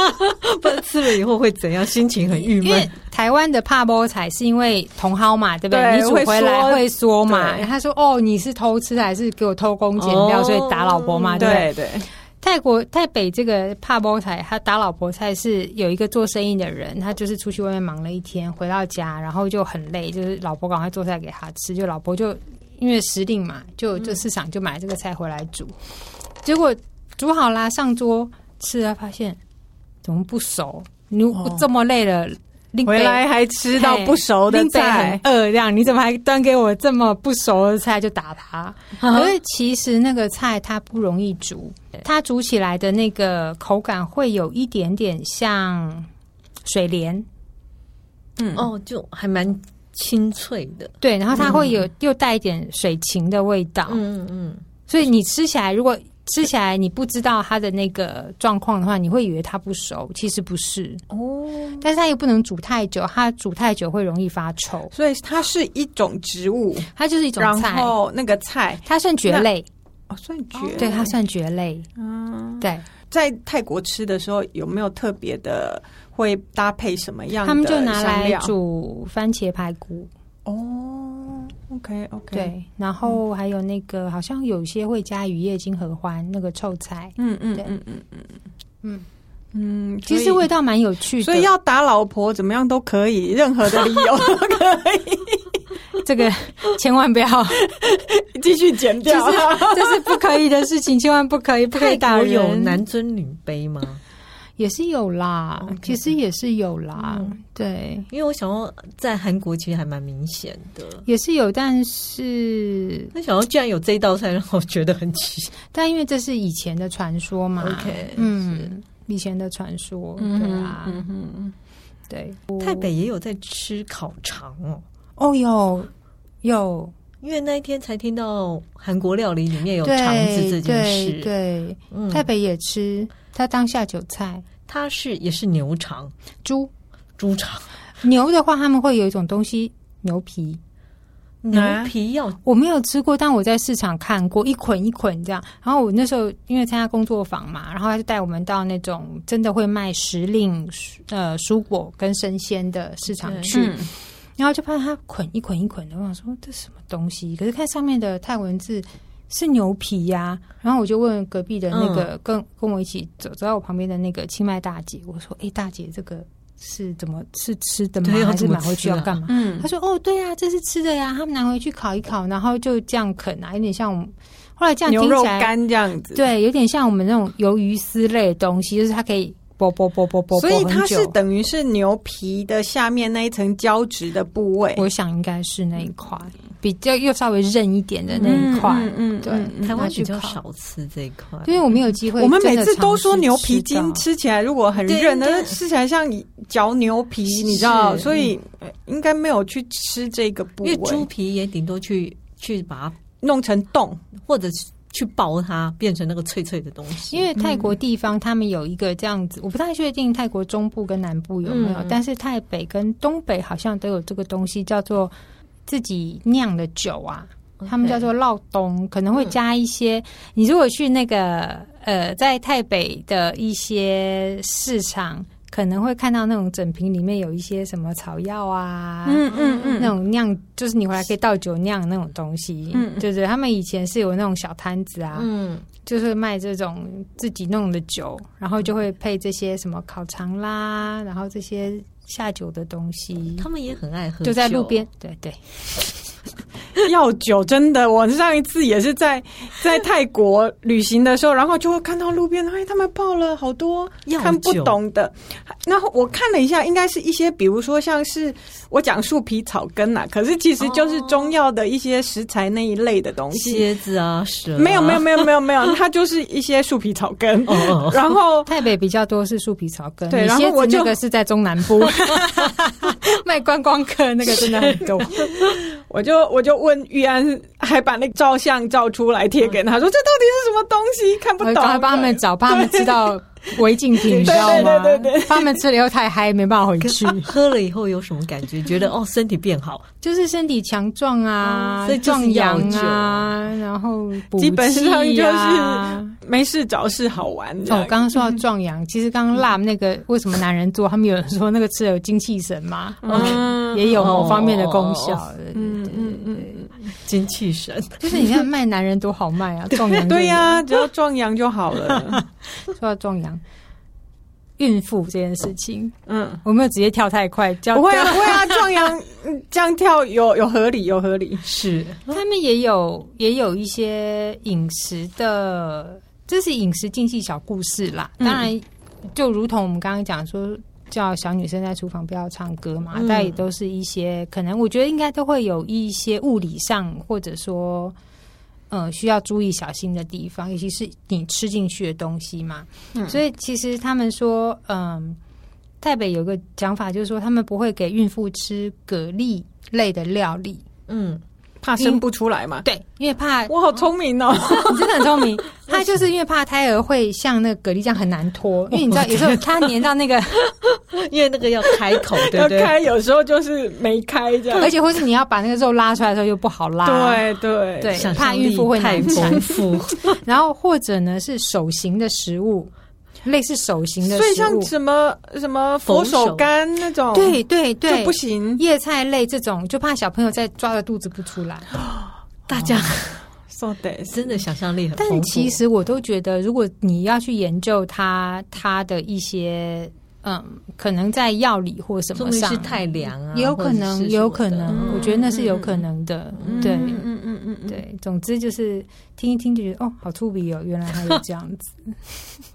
<laughs> 不然吃了以后会怎样？心情很郁因为闷。台湾的怕包菜是因为茼蒿嘛，对不对？对你煮回来会会缩嘛对。他说：“哦，你是偷吃的还是给我偷工减料，哦所以打老婆嘛，对不对？”对对，泰国泰北这个帕波菜，他打老婆菜是有一个做生意的人，他就是出去外面忙了一天，回到家然后就很累，就是老婆赶快做菜给他吃，就老婆就因为时令嘛，就嗯就市场就买这个菜回来煮，结果煮好啦上桌吃了，发现怎么不熟？你哦这么累了，拎回杯来还吃到不熟的拎北菜很，饿这样，你怎么还端给我这么不熟的菜就打啊他？可是其实那个菜它不容易煮，它煮起来的那个口感会有一点点像水莲，嗯，哦，就还蛮清脆的。对，然后它会有、又带一点水芹的味道，嗯嗯，所以你吃起来如果。吃起来你不知道它的那个状况的话，你会以为它不熟，其实不是。哦，但是它也不能煮太久，它煮太久会容易发臭。所以它是一种植物，它就是一种然菜，后那个菜它算蕨那类，哦算蕨，对，它算蕨类。嗯，对，在泰国吃的时候有没有特别的会搭配什么样的他们就拿香来料煮番茄排骨，哦，OK OK，，对，然后还有那个好像有些会加雨夜金合欢那个臭菜，嗯嗯对嗯嗯嗯嗯，嗯，其实所以味道蛮有趣的。所以要打老婆怎么样都可以，任何的 <laughs> 理由都可以这 <laughs> 个千万不要，继续剪就掉是。这是不可以的事情，千万不可以，不可泰以打国人。有男尊女卑吗？也是有啦 OK 其实也是有啦，嗯对，因为我想要在韩国其实还蛮明显的。也是有，但是那想要居然有这一道菜，让我觉得很奇但因为这是以前的传说嘛 OK，嗯，以前的传说，对啊，嗯哼嗯对，泰北也有在吃烤肠哦，哦，有有因为那一天才听到韩国料理里面有对肠子这件对事。对，嗯台北也吃，它当下酒菜，它是也是牛肠、猪猪肠、牛的话，他们会有一种东西牛皮，牛啊皮要我没有吃过，但我在市场看过，一捆一捆这样。然后我那时候因为参加工作坊嘛，然后他就带我们到那种真的会卖时令呃蔬果跟生鲜的市场对去，嗯，然后就发现它捆一捆一捆的，我想说这什么东西？可是看上面的泰文字是牛皮呀、然后我就问隔壁的那个、嗯跟跟我一起走走在我旁边的那个清迈大姐，我说：“哎，大姐，这个是怎么是吃的吗？对要还是怎么买回去要吃啊干嘛？”嗯她说：“哦，对呀、这是吃的呀，他们拿回去烤一烤，然后就这样啃啊，有点像我们后来这样听牛肉起来，干这样子，对，有点像我们那种鱿鱼丝类的东西，就是它可以啵啵啵啵啵啵所以它很是久。等于是牛皮的下面那一层胶质的部位，我想应该是那一块比较又稍微韧一点的那一块，嗯对嗯台湾拿去比较烤少吃这一块，因为我没有机会。我们每次都说牛皮筋，吃起来如果很对韧，对那吃起来像嚼牛皮，你知道，是所以呃应该没有去吃这个部因为猪位，皮也顶多去去把它弄成冻。或者是去爆它，变成那个脆脆的东西。因为泰国地方他们有一个这样子，我不太确定泰国中部跟南部有没有，嗯但是泰北跟东北好像都有这个东西，叫做自己酿的酒啊。他们叫做烙冬，可能会加一些。嗯你如果去那个呃，在泰北的一些市场可能会看到那种整瓶里面有一些什么草药啊，嗯嗯那嗯，种酿，就是你回来可以倒酒酿那种东西。嗯对对，他们以前是有那种小摊子啊，嗯，就是卖这种自己弄的酒，然后就会配这些什么烤肠啦，然后这些下酒的东西，他们也很爱喝，就在路哦边。。对对，药酒真的，我上一次也是在在泰国旅行的时候，然后就会看到路边，哎，他们泡了好多药酒看不懂的。然后我看了一下，应该是一些，比如说像是我讲树皮草根呐、可是其实就是中药的一些食材那一类的东西。蝎子啊，蛇啊没有没有没有没有 <laughs> 没有，它就是一些树皮草根哦哦哦， <laughs> 然后台北比较多是树皮草根，对你然后蝎子我就那个是在中南 <laughs> 部卖观光客，那个真的很多。我就我就问玉安，还把那个照相照出来贴给他，说这到底是什么东西？看 <laughs> 不我懂。哎哎赶快帮他们找，怕他们吃到违禁品，你知道吗？对对对对对怕他们吃了以后太嗨，没办法回 <laughs> 可去是。喝了以后有什么感觉？觉得哦，身体变好，就是身体强壮啊，哦所以就是壮阳药酒啊，然后补基本上气就啊是嗯没事找事好玩这哦，样。我刚刚说到壮阳，其实刚刚 lab 那个为什么男人做，他们有人说那个吃了有精气神嘛，嗯哦也有某方面的功效哦。对嗯对嗯嗯，精气神。就是你看卖男人多好卖啊，壮阳就嗯对呀、只要壮阳就 <laughs> 好了。说到壮阳，孕妇这件事情，嗯，我没有直接跳太快，叫不会啊，不会啊，壮阳嗯这样跳有有合理，有合理。是，哦他们也有也有一些饮食的，这是饮食禁忌小故事啦。嗯当然，就如同我们刚刚讲说，叫小女生在厨房不要唱歌嘛，嗯但也都是一些可能，我觉得应该都会有一些物理上或者说。呃，需要注意小心的地方，尤其是你吃进去的东西嘛。嗯所以其实他们说，嗯，台北有个讲法，就是说他们不会给孕妇吃蛤蜊类的料理，嗯，怕生不出来嘛？对，因为怕我好聪明哦！ <laughs> 你真的很 <laughs> 聪明。他就是因为怕胎儿会像那个蛤蜊这样很难 <laughs> 脱，因为你知道有时候它粘到那个，因为那个要开 <laughs> 口，对要不对？ <laughs> 开有时候就是没开这样而。且或是你要把那个肉拉出来的时候又不好拉。。对对对想怕象孕力妇会太难产丰富， <laughs> 然后或者呢是手型的食物，类似手型的所以食像物。什么什么佛手柑那种，对对对，就不行。叶菜类这种，就怕小朋友再抓着肚子不出来。大家 So this，真的想象力很丰富。但其实我都觉得，如果你要去研究它它的一些，嗯，可能在药理或什说么明上是，太凉啊，也有或者可能，是也有什么可的能，嗯我觉得那是有可能的。对，嗯嗯嗯嗯，对。对，总之就是听一听就觉得哦，好粗鄙哦，原来还有这样子。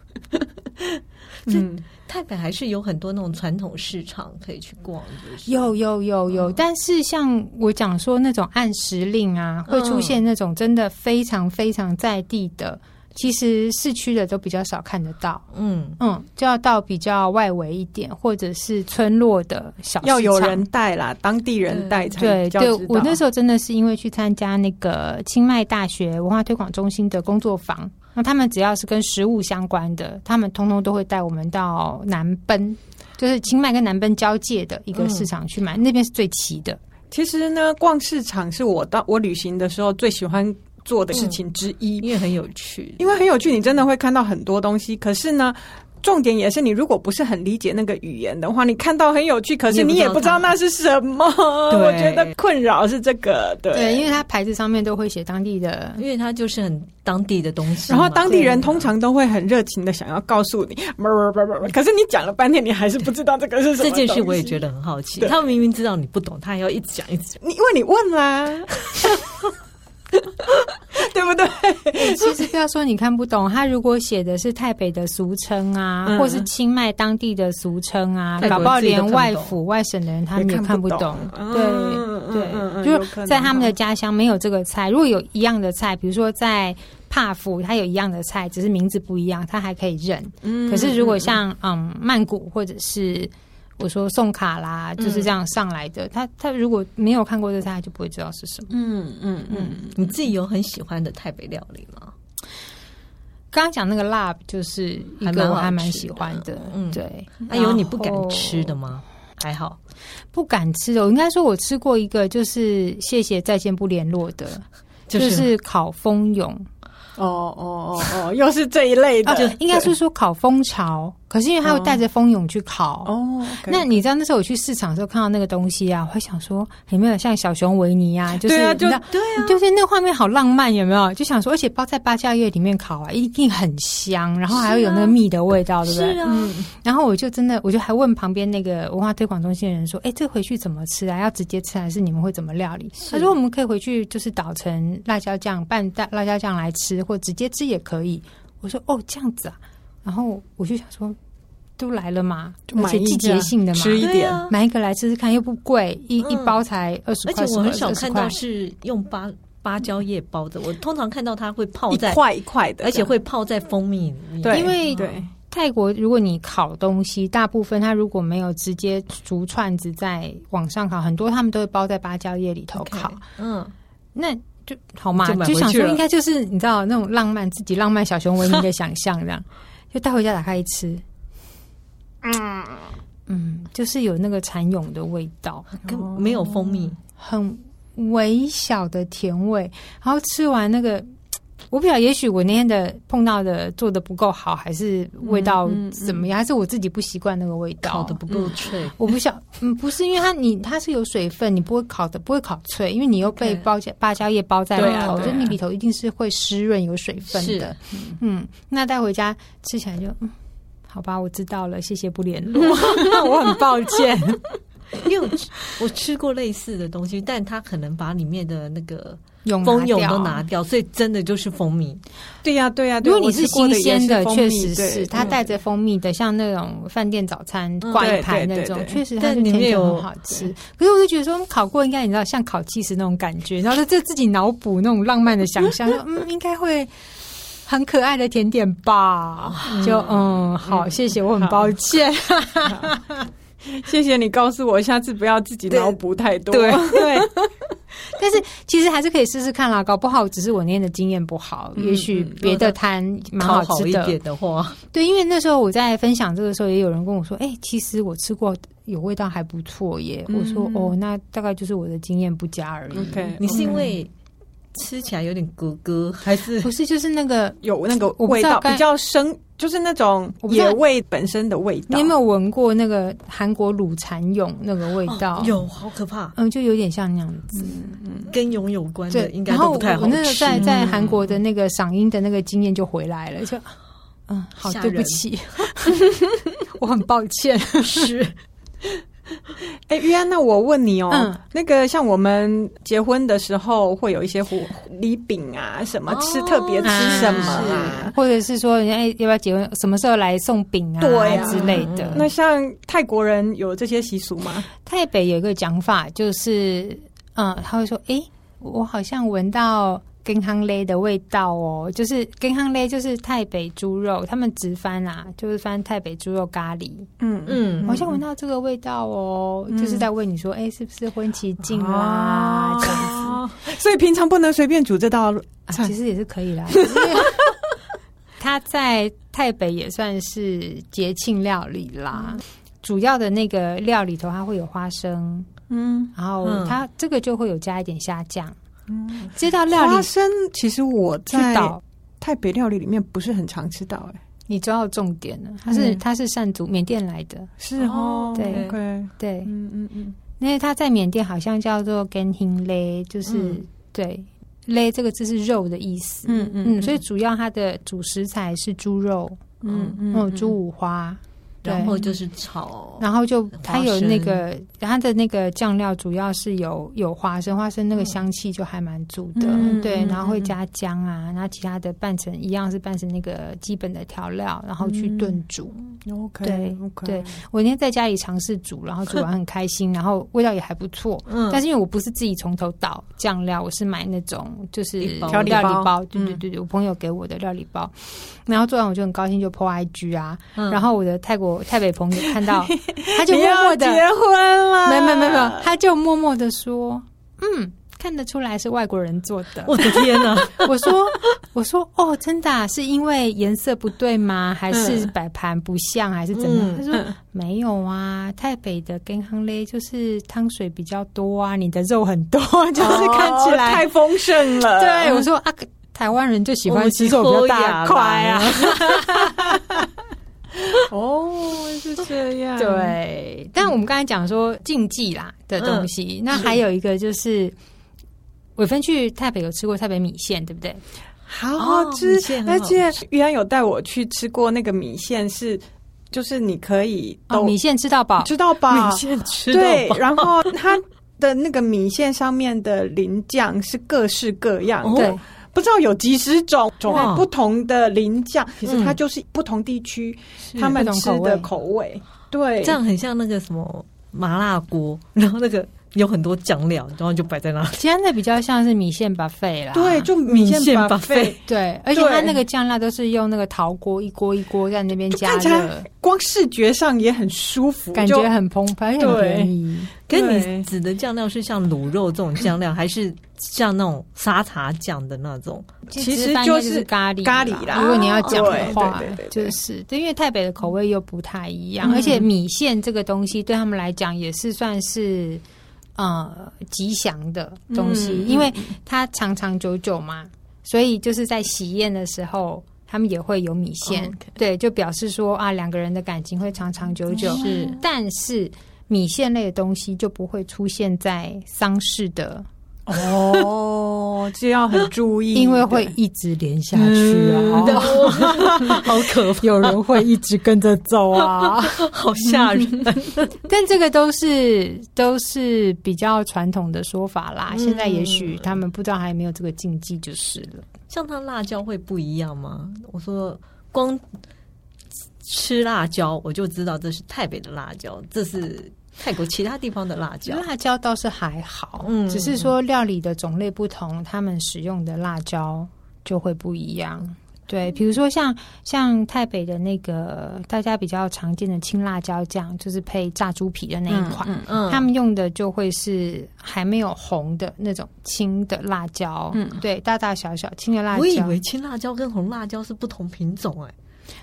嗯，台北还是有很多那种传统市场可以去逛，就是 <laughs> 有有有有，但是像我讲说那种按时令啊，会出嗯现那种真的非常非常在地的，其实市区的都比较少看得到。嗯，嗯，就要到比较外围一点，或者是村落的小市要有场人带啦，当地人带才对比较对知，我那道时候真的是因为去参加那个清迈大学文化推广中心的工作坊，那他们只要是跟食物相关的，他们通通都会带我们到南奔，就是清迈跟南奔交界的一嗯个市场去买，那边是最齐的。其实呢，逛市场是我到我旅行的时候最喜欢做的事情之一，因为很有趣，因为很有趣，你真的会看到很多东西。可是呢。重点也是，你如果不是很理解那个语言的话，你看到很有趣，可是你你也也不不知知道道它那是什么。对我觉得困扰是这个，对。对，因为它牌子上面都会写当地的。因为它就是很当地的东西嘛。然后当地嗯人通常都会很热情的想要告诉你，不不不不不，可是你讲了半天，你还是不知道这个是什么这东西。件事我也觉得很好奇，对他们明明知道你不懂，他还要一直讲一直讲。你因为你问啦， <laughs> 对不对？其实不要说你看不懂，它如果写的是台北的俗称啊，嗯或是清迈当地的俗称啊，泰国搞不好人自己都连看不外懂府外省的人他们也也看看不不懂懂。对嗯嗯嗯对，嗯就有可是能在他们哦的家乡没有这个菜，如果有一样的菜，比如说在帕府，它有一样的菜，只是名字不一样，它还可以认。嗯可是如果像嗯曼谷或者是我说宋卡啦，就是这样上来的，他他如果没有看过这菜，他就不会知道是什么。嗯嗯嗯，你自己有很喜欢的台北料理吗？刚刚讲那个辣就是一还蛮个好我还蛮吃喜的欢的，嗯对。那有你不敢然后吃的吗？还好，不敢吃的，我应该说我吃过一个，就是谢谢再见不联络的， <laughs> 就就是是烤 <laughs> 蜂蛹。哦哦哦哦，又是这一类的呃哦啊，，应该是说烤蜂巢，可是因为他会带着蜂蛹去烤。哦，那你知道那时候我去市场的时候看到那个东西啊，我会想说有没有像小熊维尼 <laughs> 啊，就是对啊你知道对啊，就是那个画面好浪漫，有没有？就想说，而且包在芭蕉叶里面烤啊，一定很香，然后还会有那个蜜的味道，对不是对？啊，然后我就真的，我就还问旁边那个文化推广中心的人说：“哎，这回去怎么吃啊？要直接吃还是你们会怎么料理？”他说：“我们可以回去就是捣成辣椒酱，拌大辣椒酱来吃，或直接吃也可以。”我说：“哦，这样子啊。”然后我就想说，都来了嘛，就而买且一季下节性的嘛，吃一对点啊，买一个来吃吃看，又不贵，一、一嗯包才二十而块，且我很10少看到20块是用芭芭蕉叶包的，我通常看到它会泡一在，块一块的，而 <laughs> 且会泡在蜂蜜里面。对，因为对泰国如果你烤东西，大部分它如果没有直接竹串子在网上烤，很多他们都会包在芭蕉叶里头 OK，烤。嗯，那就好嘛，就就买回想去说了应该就是你知道那种浪漫自己浪漫小熊维尼的想象，这样就带回家打开一吃，嗯嗯，就是有那个蚕蛹的味道，跟哦没有蜂蜜，很微小的甜味，然后吃完那个。我不晓得，也许我那天的碰到的做的不够好，还是味道嗯嗯嗯怎么样，还是我自己不习惯那个味道。烤的不够脆。我 <laughs> 不想，嗯，不是因为它你它是有水分，你不会烤的不会烤脆，因为你又被 OK 包芭蕉叶包在对里啊头，对就你啊里头一定是会湿润有水分的。嗯，那带回家吃起来就，嗯，好吧，我知道了，谢谢不联络， <laughs> 我很抱歉。因为我吃我吃过类似的东西，但它可能把里面的那个蛹蜂掉啊蛹都拿掉，所以真的就是蜂蜜。 <laughs> 对呀对呀，如啊对果你我是吃过新的也鲜是的，蜂确蜜实对是它嗯带着蜂蜜的，像那种饭店早餐嗯挂一对盘那对对种，对确实它但就里甜面甜有很好吃。可是我就觉得说，嗯烤过应该你知道，像烤鸡翅那种感觉，然后这自己脑补那种浪漫的想象，说嗯，应该会。很可爱的甜点吧，就嗯好，谢谢，我很好抱歉。谢谢你告诉我，下次不要自己脑补太多。对对，但是其实还是可以试试看啦，搞不好只是我那天的经验不好，嗯也许别的摊蛮烤嗯好好吃一的，点的话，对，因为那时候我在分享这个时候，也有人跟我说：“哎、其实我吃过，有味道还不错耶。我说：“嗯哦，那大概就是我的经验不佳而已。 ，OK，你是因 <laughs> 为吃起来有点咯咯，还是不是，就是那个有那个我不知味道道该比较生，就是那种我不知道野味本身的味道。你有没有闻过那个韩国卤蚕蛹那个味道？哦有好可怕，嗯，就有点像那样子。嗯跟蛹有关的对，嗯应该然都后不太我好那个吃。在嗯在韩国的那个赏樱的那个经验就回来了，就嗯，好，吓对不人起， <laughs> 我很抱歉。 <laughs> 是哎，玉安，那我问你哦，嗯那个像我们结婚的时候会有一些胡礼饼啊，什么哦吃特别吃什么啊？或者是说，人家哎要不要结婚？什么时候来送饼啊？对啊之类的。那像泰国人有这些习俗吗？台北有一个讲法，就是嗯，他会说，诶，我好像闻到根康勒的味道哦，就是根康勒就是台北猪肉，他们直翻啊，就是翻台北猪肉咖喱，嗯嗯好像闻到这个味道哦，就是在问你说，诶，是不是婚期近啦、啊这样子。 <laughs> 所以平常不能随便煮这道啊，菜其实也是可以 <laughs> 啦。只是它在台北也算是节庆料理啦，嗯主要的那个料里头它会有花生，嗯然后嗯它这个就会有加一点虾酱。嗯这道料花理生。其实我去在倒，泰北料理里面不是很常吃到，哎，你抓到重点了。它是嗯它是善族缅甸来的，是哦哦，对 OK，对，嗯嗯嗯。因为它在缅甸好像叫做 g a n h i n le，就是嗯对 le 这个字是肉的意思。嗯嗯，所以主要它的主食材是猪肉，嗯嗯，猪五花。 <laughs> 对然后就是炒，然后就花它有那个它的那个酱料，主要是有有花生，花生那个嗯香气就还蛮足的，嗯对，嗯然后会加姜啊，然后其他的拌成一样是拌成那个基本的调料，然后去炖煮。嗯 OK，对 OK，对我那天在家里尝试煮，然后煮完很开 <laughs> 心，然后味道也还不错。嗯但是因为我不是自己从头倒酱料，我是买那种就是一包料理调理包包，对对嗯对对，我朋友给我的料理包，然后做完我就很高兴，就 po IG 啊，嗯然后我的泰国 <laughs> 台北朋友看 <laughs> 到，他就你默要默的结婚了？没有没有没有没有，他就默默的说，嗯，看得出来是外国人做的。 <laughs> 我的天 <laughs> 哪，我说我说哦，真的、啊、是因为颜色不对吗？还是摆盘不像，还是怎么样？嗯他说没有啊，台北的根康嘞就是汤水比较多啊，你的肉很多， <laughs> 就是看起哦来。太丰盛了。对，我说啊，台湾人就喜欢吃肉比较大块啊。哦，是这样，，对，但我们刚才讲说禁忌啦的东嗯西，那还有一个就是。伟芬去台北有吃过台北米线，对不对？好好哦吃米线，很而好且玉安有带我去吃过那个米线是，就是你可以哦，都米线吃到饱，知道吧？ <laughs> 米线吃到对饱，然后它的那个米线上面的淋酱是各式各样的，对，不知道有几十种种哇不同的淋酱，其实它嗯就是不同地区是他们各种吃口味的口味。对，这样很像那个什么麻辣锅，然后那个有很多酱料，然后就摆在那里。其他那比较像是米线 buffet 啦。对，就米米线线 buffet buffet，对，而且对它那个酱料都是用那个陶锅一锅一锅在那边加看起热来，光视觉上也很舒服，感就觉很澎湃，而且很对便宜。可是对你指的酱料是像卤肉这种酱料，还是像那种沙茶酱的那种？其实饭应就该就是咖喱咖喱啦如果你要讲的对话对对对，对就是对，因为台北的口味又不太一样，嗯而且米线这个东西对他们来讲也是算是呃吉祥的东西，嗯因为它长长久久嘛，所以就是在喜宴的时候。他们也会有米线哦 OK 对，就表示说啊，两个人的感情会长长久嗯久。是但是米线类的东西就不会出现在丧事的， <laughs> 哦，这要很注 <laughs> 意，因为会一直连下去啊。嗯 <laughs> 好可怕， <laughs> 有人会一直跟着走啊。好吓人！ <laughs> 但这个都是都是比较传统的说法啦。嗯现在也许他们不知道还有没有这个禁忌就是了。像它辣椒会不一样吗？我说光吃辣椒，我就知道这是台北的辣椒，这是泰国其他地方的辣椒。辣椒倒是还好，嗯只是说料理的种类不同，他们使用的辣椒就会不一样。对，比如说像像台北的那个大家比较常见的青辣椒酱，就是配炸猪皮的那一款。嗯嗯，他们用的就会是还没有红的那种青的辣椒，嗯对，大大小小青的辣椒。我以为青辣椒跟红辣椒是不同品种哎、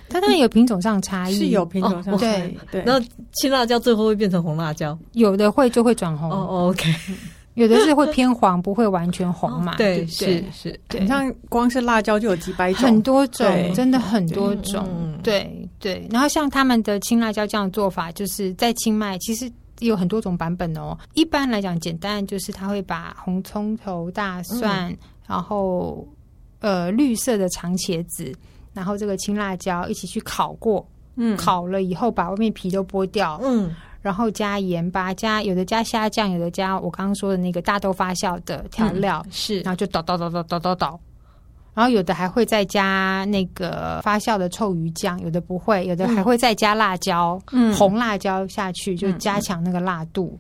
它当然有品种上差异，是有品种上哦的差异对，然后青辣椒最后会变成红辣椒。有的会就会转红，哦、o k 有的是会偏黄，不会完全红嘛。哦对，不是是，对你，像光是辣椒就有几百很种，多种，对真的很多种嗯嗯。对对，然后像他们的青辣椒酱的做法，就是在清迈其实。有很多种版本哦。一般来讲，简单就是他会把红葱头、大蒜，然后呃绿色的长茄子，然后这个青辣椒一起去烤过，嗯烤了以后把外面皮都剥掉，嗯，然后加盐巴，加有的加虾酱，有的加我刚刚说的那个大豆发酵的调料，是然后就倒倒倒倒倒倒倒。然后有的还会再加那个发酵的臭鱼酱，有的不会，有的还会再加辣椒，嗯红辣椒下去，就加强那个辣度。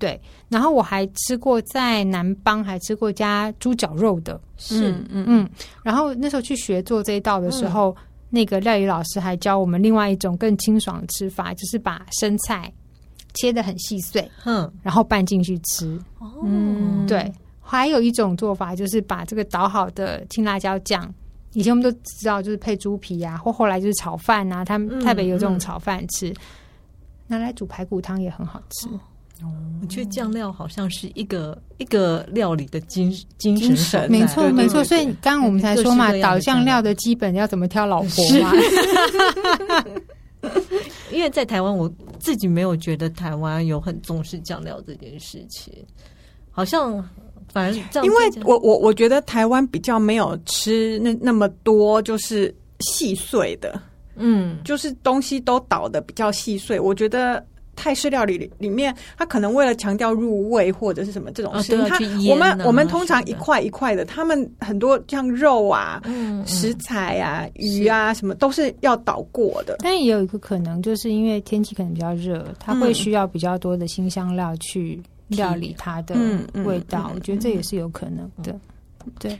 对，然后我还吃过在南邦还吃过加猪脚肉的，是，嗯嗯，然后那时候去学做这一道的时候，那个料理老师还教我们另外一种更清爽的吃法，就是把生菜切得很细碎，嗯，然后拌进去吃。哦，嗯对，还有一种做法就是把这个捣好的青辣椒酱。以前我们都知道，就是配猪皮啊，或后来就是炒饭啊，他们嗯台北有这种嗯炒饭吃，拿来煮排骨汤也很好吃。哦我觉得酱料好像是一个一个料理的精精神精神所在，没错，啊对对没错。对所以刚刚我们才说各嘛式各，样导的酱向料料的基本要怎么挑老婆嘛。因为在台湾，我自己没有觉得台湾有很重视酱料这件事情，好像反正这样因为子我我我觉得台湾比较没有吃那那么多，就是细碎的，嗯就是东西都倒的比较细碎。我觉得泰式料理里里面，它可能为了强调入味或者是什么这种哦事情，对它去腌啊我们我们通常什么一的块一块的，他们很多像肉啊、嗯 <laughs> 食材啊、鱼啊什么都是要倒过的。 <laughs> 但也有一个可能，就是因为天气可能比较热，它会需要比较多的新香料去料理它的嗯嗯味道。嗯我觉得这也是有可能的。对，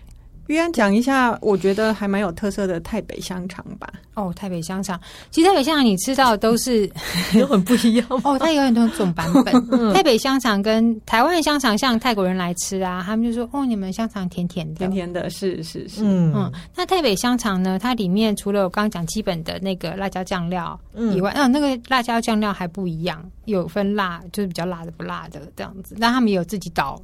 玉安讲一下，我觉得还蛮有特色的泰北香肠吧。哦，台北香肠，其实台北香肠你吃到的都是有很不一样吗？哦，它有很多种版 <laughs> 本。台北香肠跟台湾的香肠，像泰国人来吃啊，他们就说哦，你们香肠甜甜的，甜甜的，是是是，嗯嗯，那台北香肠呢？它里面除了我刚刚讲基本的那个辣椒酱料以外，嗯、那个辣椒酱料还不一样，有分辣，就是比较辣的不辣的这样子。那他们也有自己导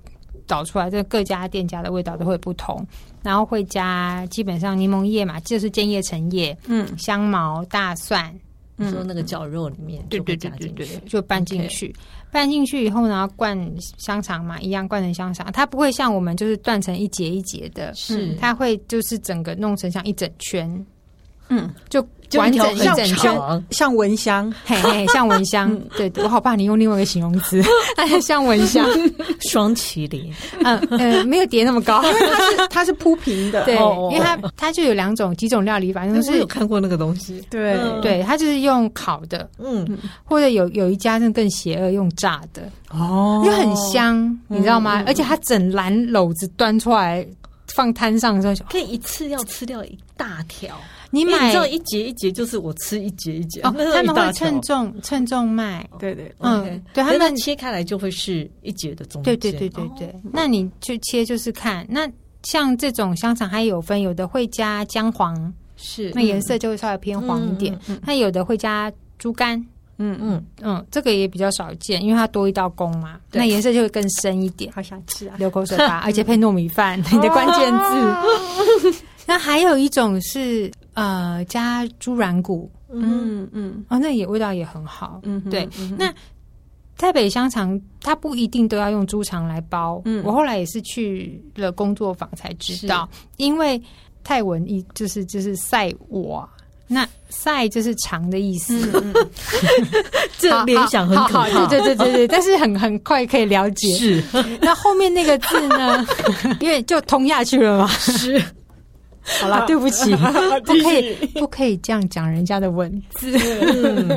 导出来，这各家店家的味道都会不同，然后会加基本上柠檬叶嘛，这是建叶橙叶、嗯香茅、大蒜、你说那个绞肉里面就会加进去，就拌进去，拌进去以后呢，灌香肠嘛，一样灌成香肠，它不会像我们就是断成一节一节的，是它会就是整个弄成像一整圈，嗯，就就完一条整一很整圈，长，像蚊香， <laughs> 嘿 <laughs> 嘿，像蚊香。对，我好怕你用另外一个形容词，像蚊香。双麒 <laughs> 麟，嗯呃，没有叠那么 <laughs> 高，它是它是铺平的，对哦哦哦，因为它它就有两种几种料理法，就哎我有是看过那个东西， <laughs> 对嗯对，它就是用烤的，嗯，或者有有一家是更邪恶，用炸的。哦因为很香，你知道吗？嗯而且它整篮篓子端出来放摊上的时候就，可以一次要吃掉一大条，你因为你买知道一节一节就是我吃一节一节，哦那，他一们大会条称重称重卖。对对，嗯 OK 对他可是它们切开来就会是一节的中对间，对对对哦对，那你去切就是看那。像这种香肠还有分，有的会加姜黄，是那颜色就会稍微偏黄一点；那有的会加猪肝，嗯嗯，嗯，嗯，这个也比较少见，因为它多一道工嘛，对那颜色就会更深一点。好想吃 <laughs> 啊，流口水 <laughs> 吧，而且配糯米饭，你的关键字。那还有一种是呃加猪软骨嗯嗯哦，那也味道也很好。嗯，对，那台北香肠它不一定都要用猪肠来包，嗯我后来也是去了工作坊才知道，因为泰文一就是就是赛我。那赛就是长的意思，这好联想嗯很好可好怕，好对对对对对，但是很很快可以了解。 <laughs> 是那后面那个字呢？因为就通下去了嘛。是， <laughs> 好啦，对不起，不继可以续不可以这样讲人家的文字。 <laughs>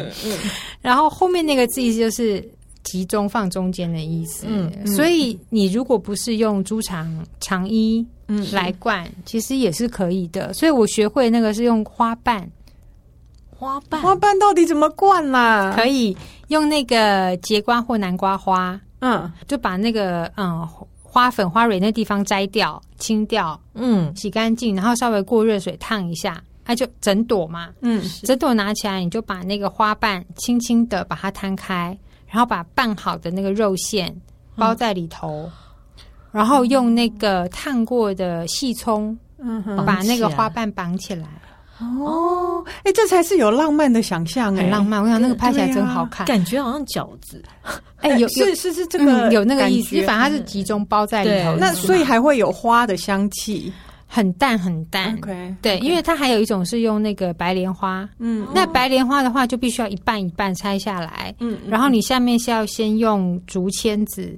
然后后面那个字意思就是集中放中间的意思。嗯所以你如果不是用猪肠肠衣嗯来灌，其实也是可以的。所以我学会那个是用花瓣，花瓣 <laughs> 花瓣到底怎么灌啦？可以用那个节瓜或南瓜花，嗯，就把那个嗯花粉花蕊那地方摘掉、清掉、嗯洗干净，然后稍微过热水烫一下，那、就整朵嘛。嗯整朵拿起来，你就把那个花瓣轻轻的把它摊开，然后把拌好的那个肉馅嗯包在里头，然后用那个烫过的细葱嗯哼，绑把那个起来花瓣绑起来，哦，哎，这才是有浪漫的想象，哎很浪。漫。我想那个拍起来对啊真好看。感觉好像饺子，哎、有有是是是这个嗯有那个意思，感觉反正它是集中包在里头的，对那是吗所以还会有花的香气。很淡很淡。 OK，对，因为它还有一种是用那个白莲花，嗯哦那白莲花的话就必须要一半一半拆下来，嗯然后你下面是要先用竹签子，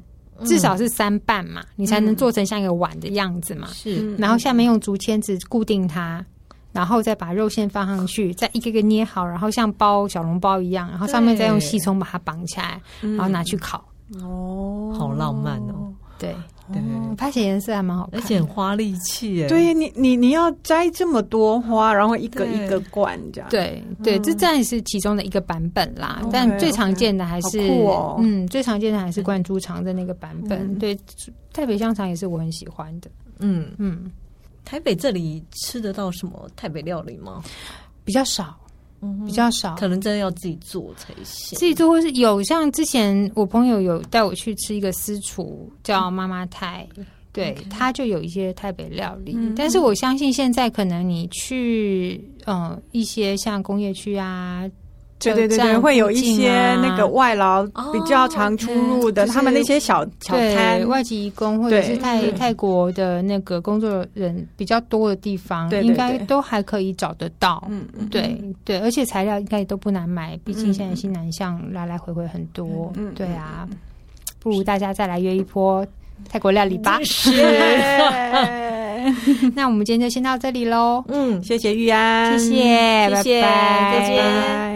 至少是三瓣嘛，你才能做成像一个碗的样子嘛。嗯嗯是然后下面用竹签子固定它，然后再把肉馅放上去，再一个个捏好，然后像包小笼包一样，然后上面再用细葱把它绑起来，嗯然后拿去烤。哦好浪漫哦，对，对，拍起来颜色还蛮好而看。且很花力气耶，对你你你要摘这么多花，然后一个对一个灌这样。，对嗯对，这当然是其中的一个版本啦 OK，但最常见的还是哦好酷哦嗯嗯，最常见的还是灌猪肠的那个版本。对，台北香肠也是我很喜欢的。嗯，嗯，台北这里吃得到什么台北料理吗？比较少，嗯比较少。可能真的要自己做才行自。己做或是有像之前我朋友有带我去吃一个私厨叫妈妈泰，嗯对，它就有一些台北料理。但是我相信现在可能你去嗯、呃一些像工业区啊，对对对车站对，附会有一近些啊那个外劳哦比较常出入的，就是他们那些小小对摊，外籍移工或者对是泰嗯泰国的那个工作人比较多的地方，对对应该对都还可以找得到。嗯嗯对对，而且材料应该也都不难买，毕竟现嗯在新南向来来回回很多。嗯嗯对啊，不如大家再来约一波泰国料理 <laughs> 吧。 <laughs> 耶那我们今天就先到这里喽，嗯，谢谢玉安，谢谢，谢谢拜拜再见拜拜。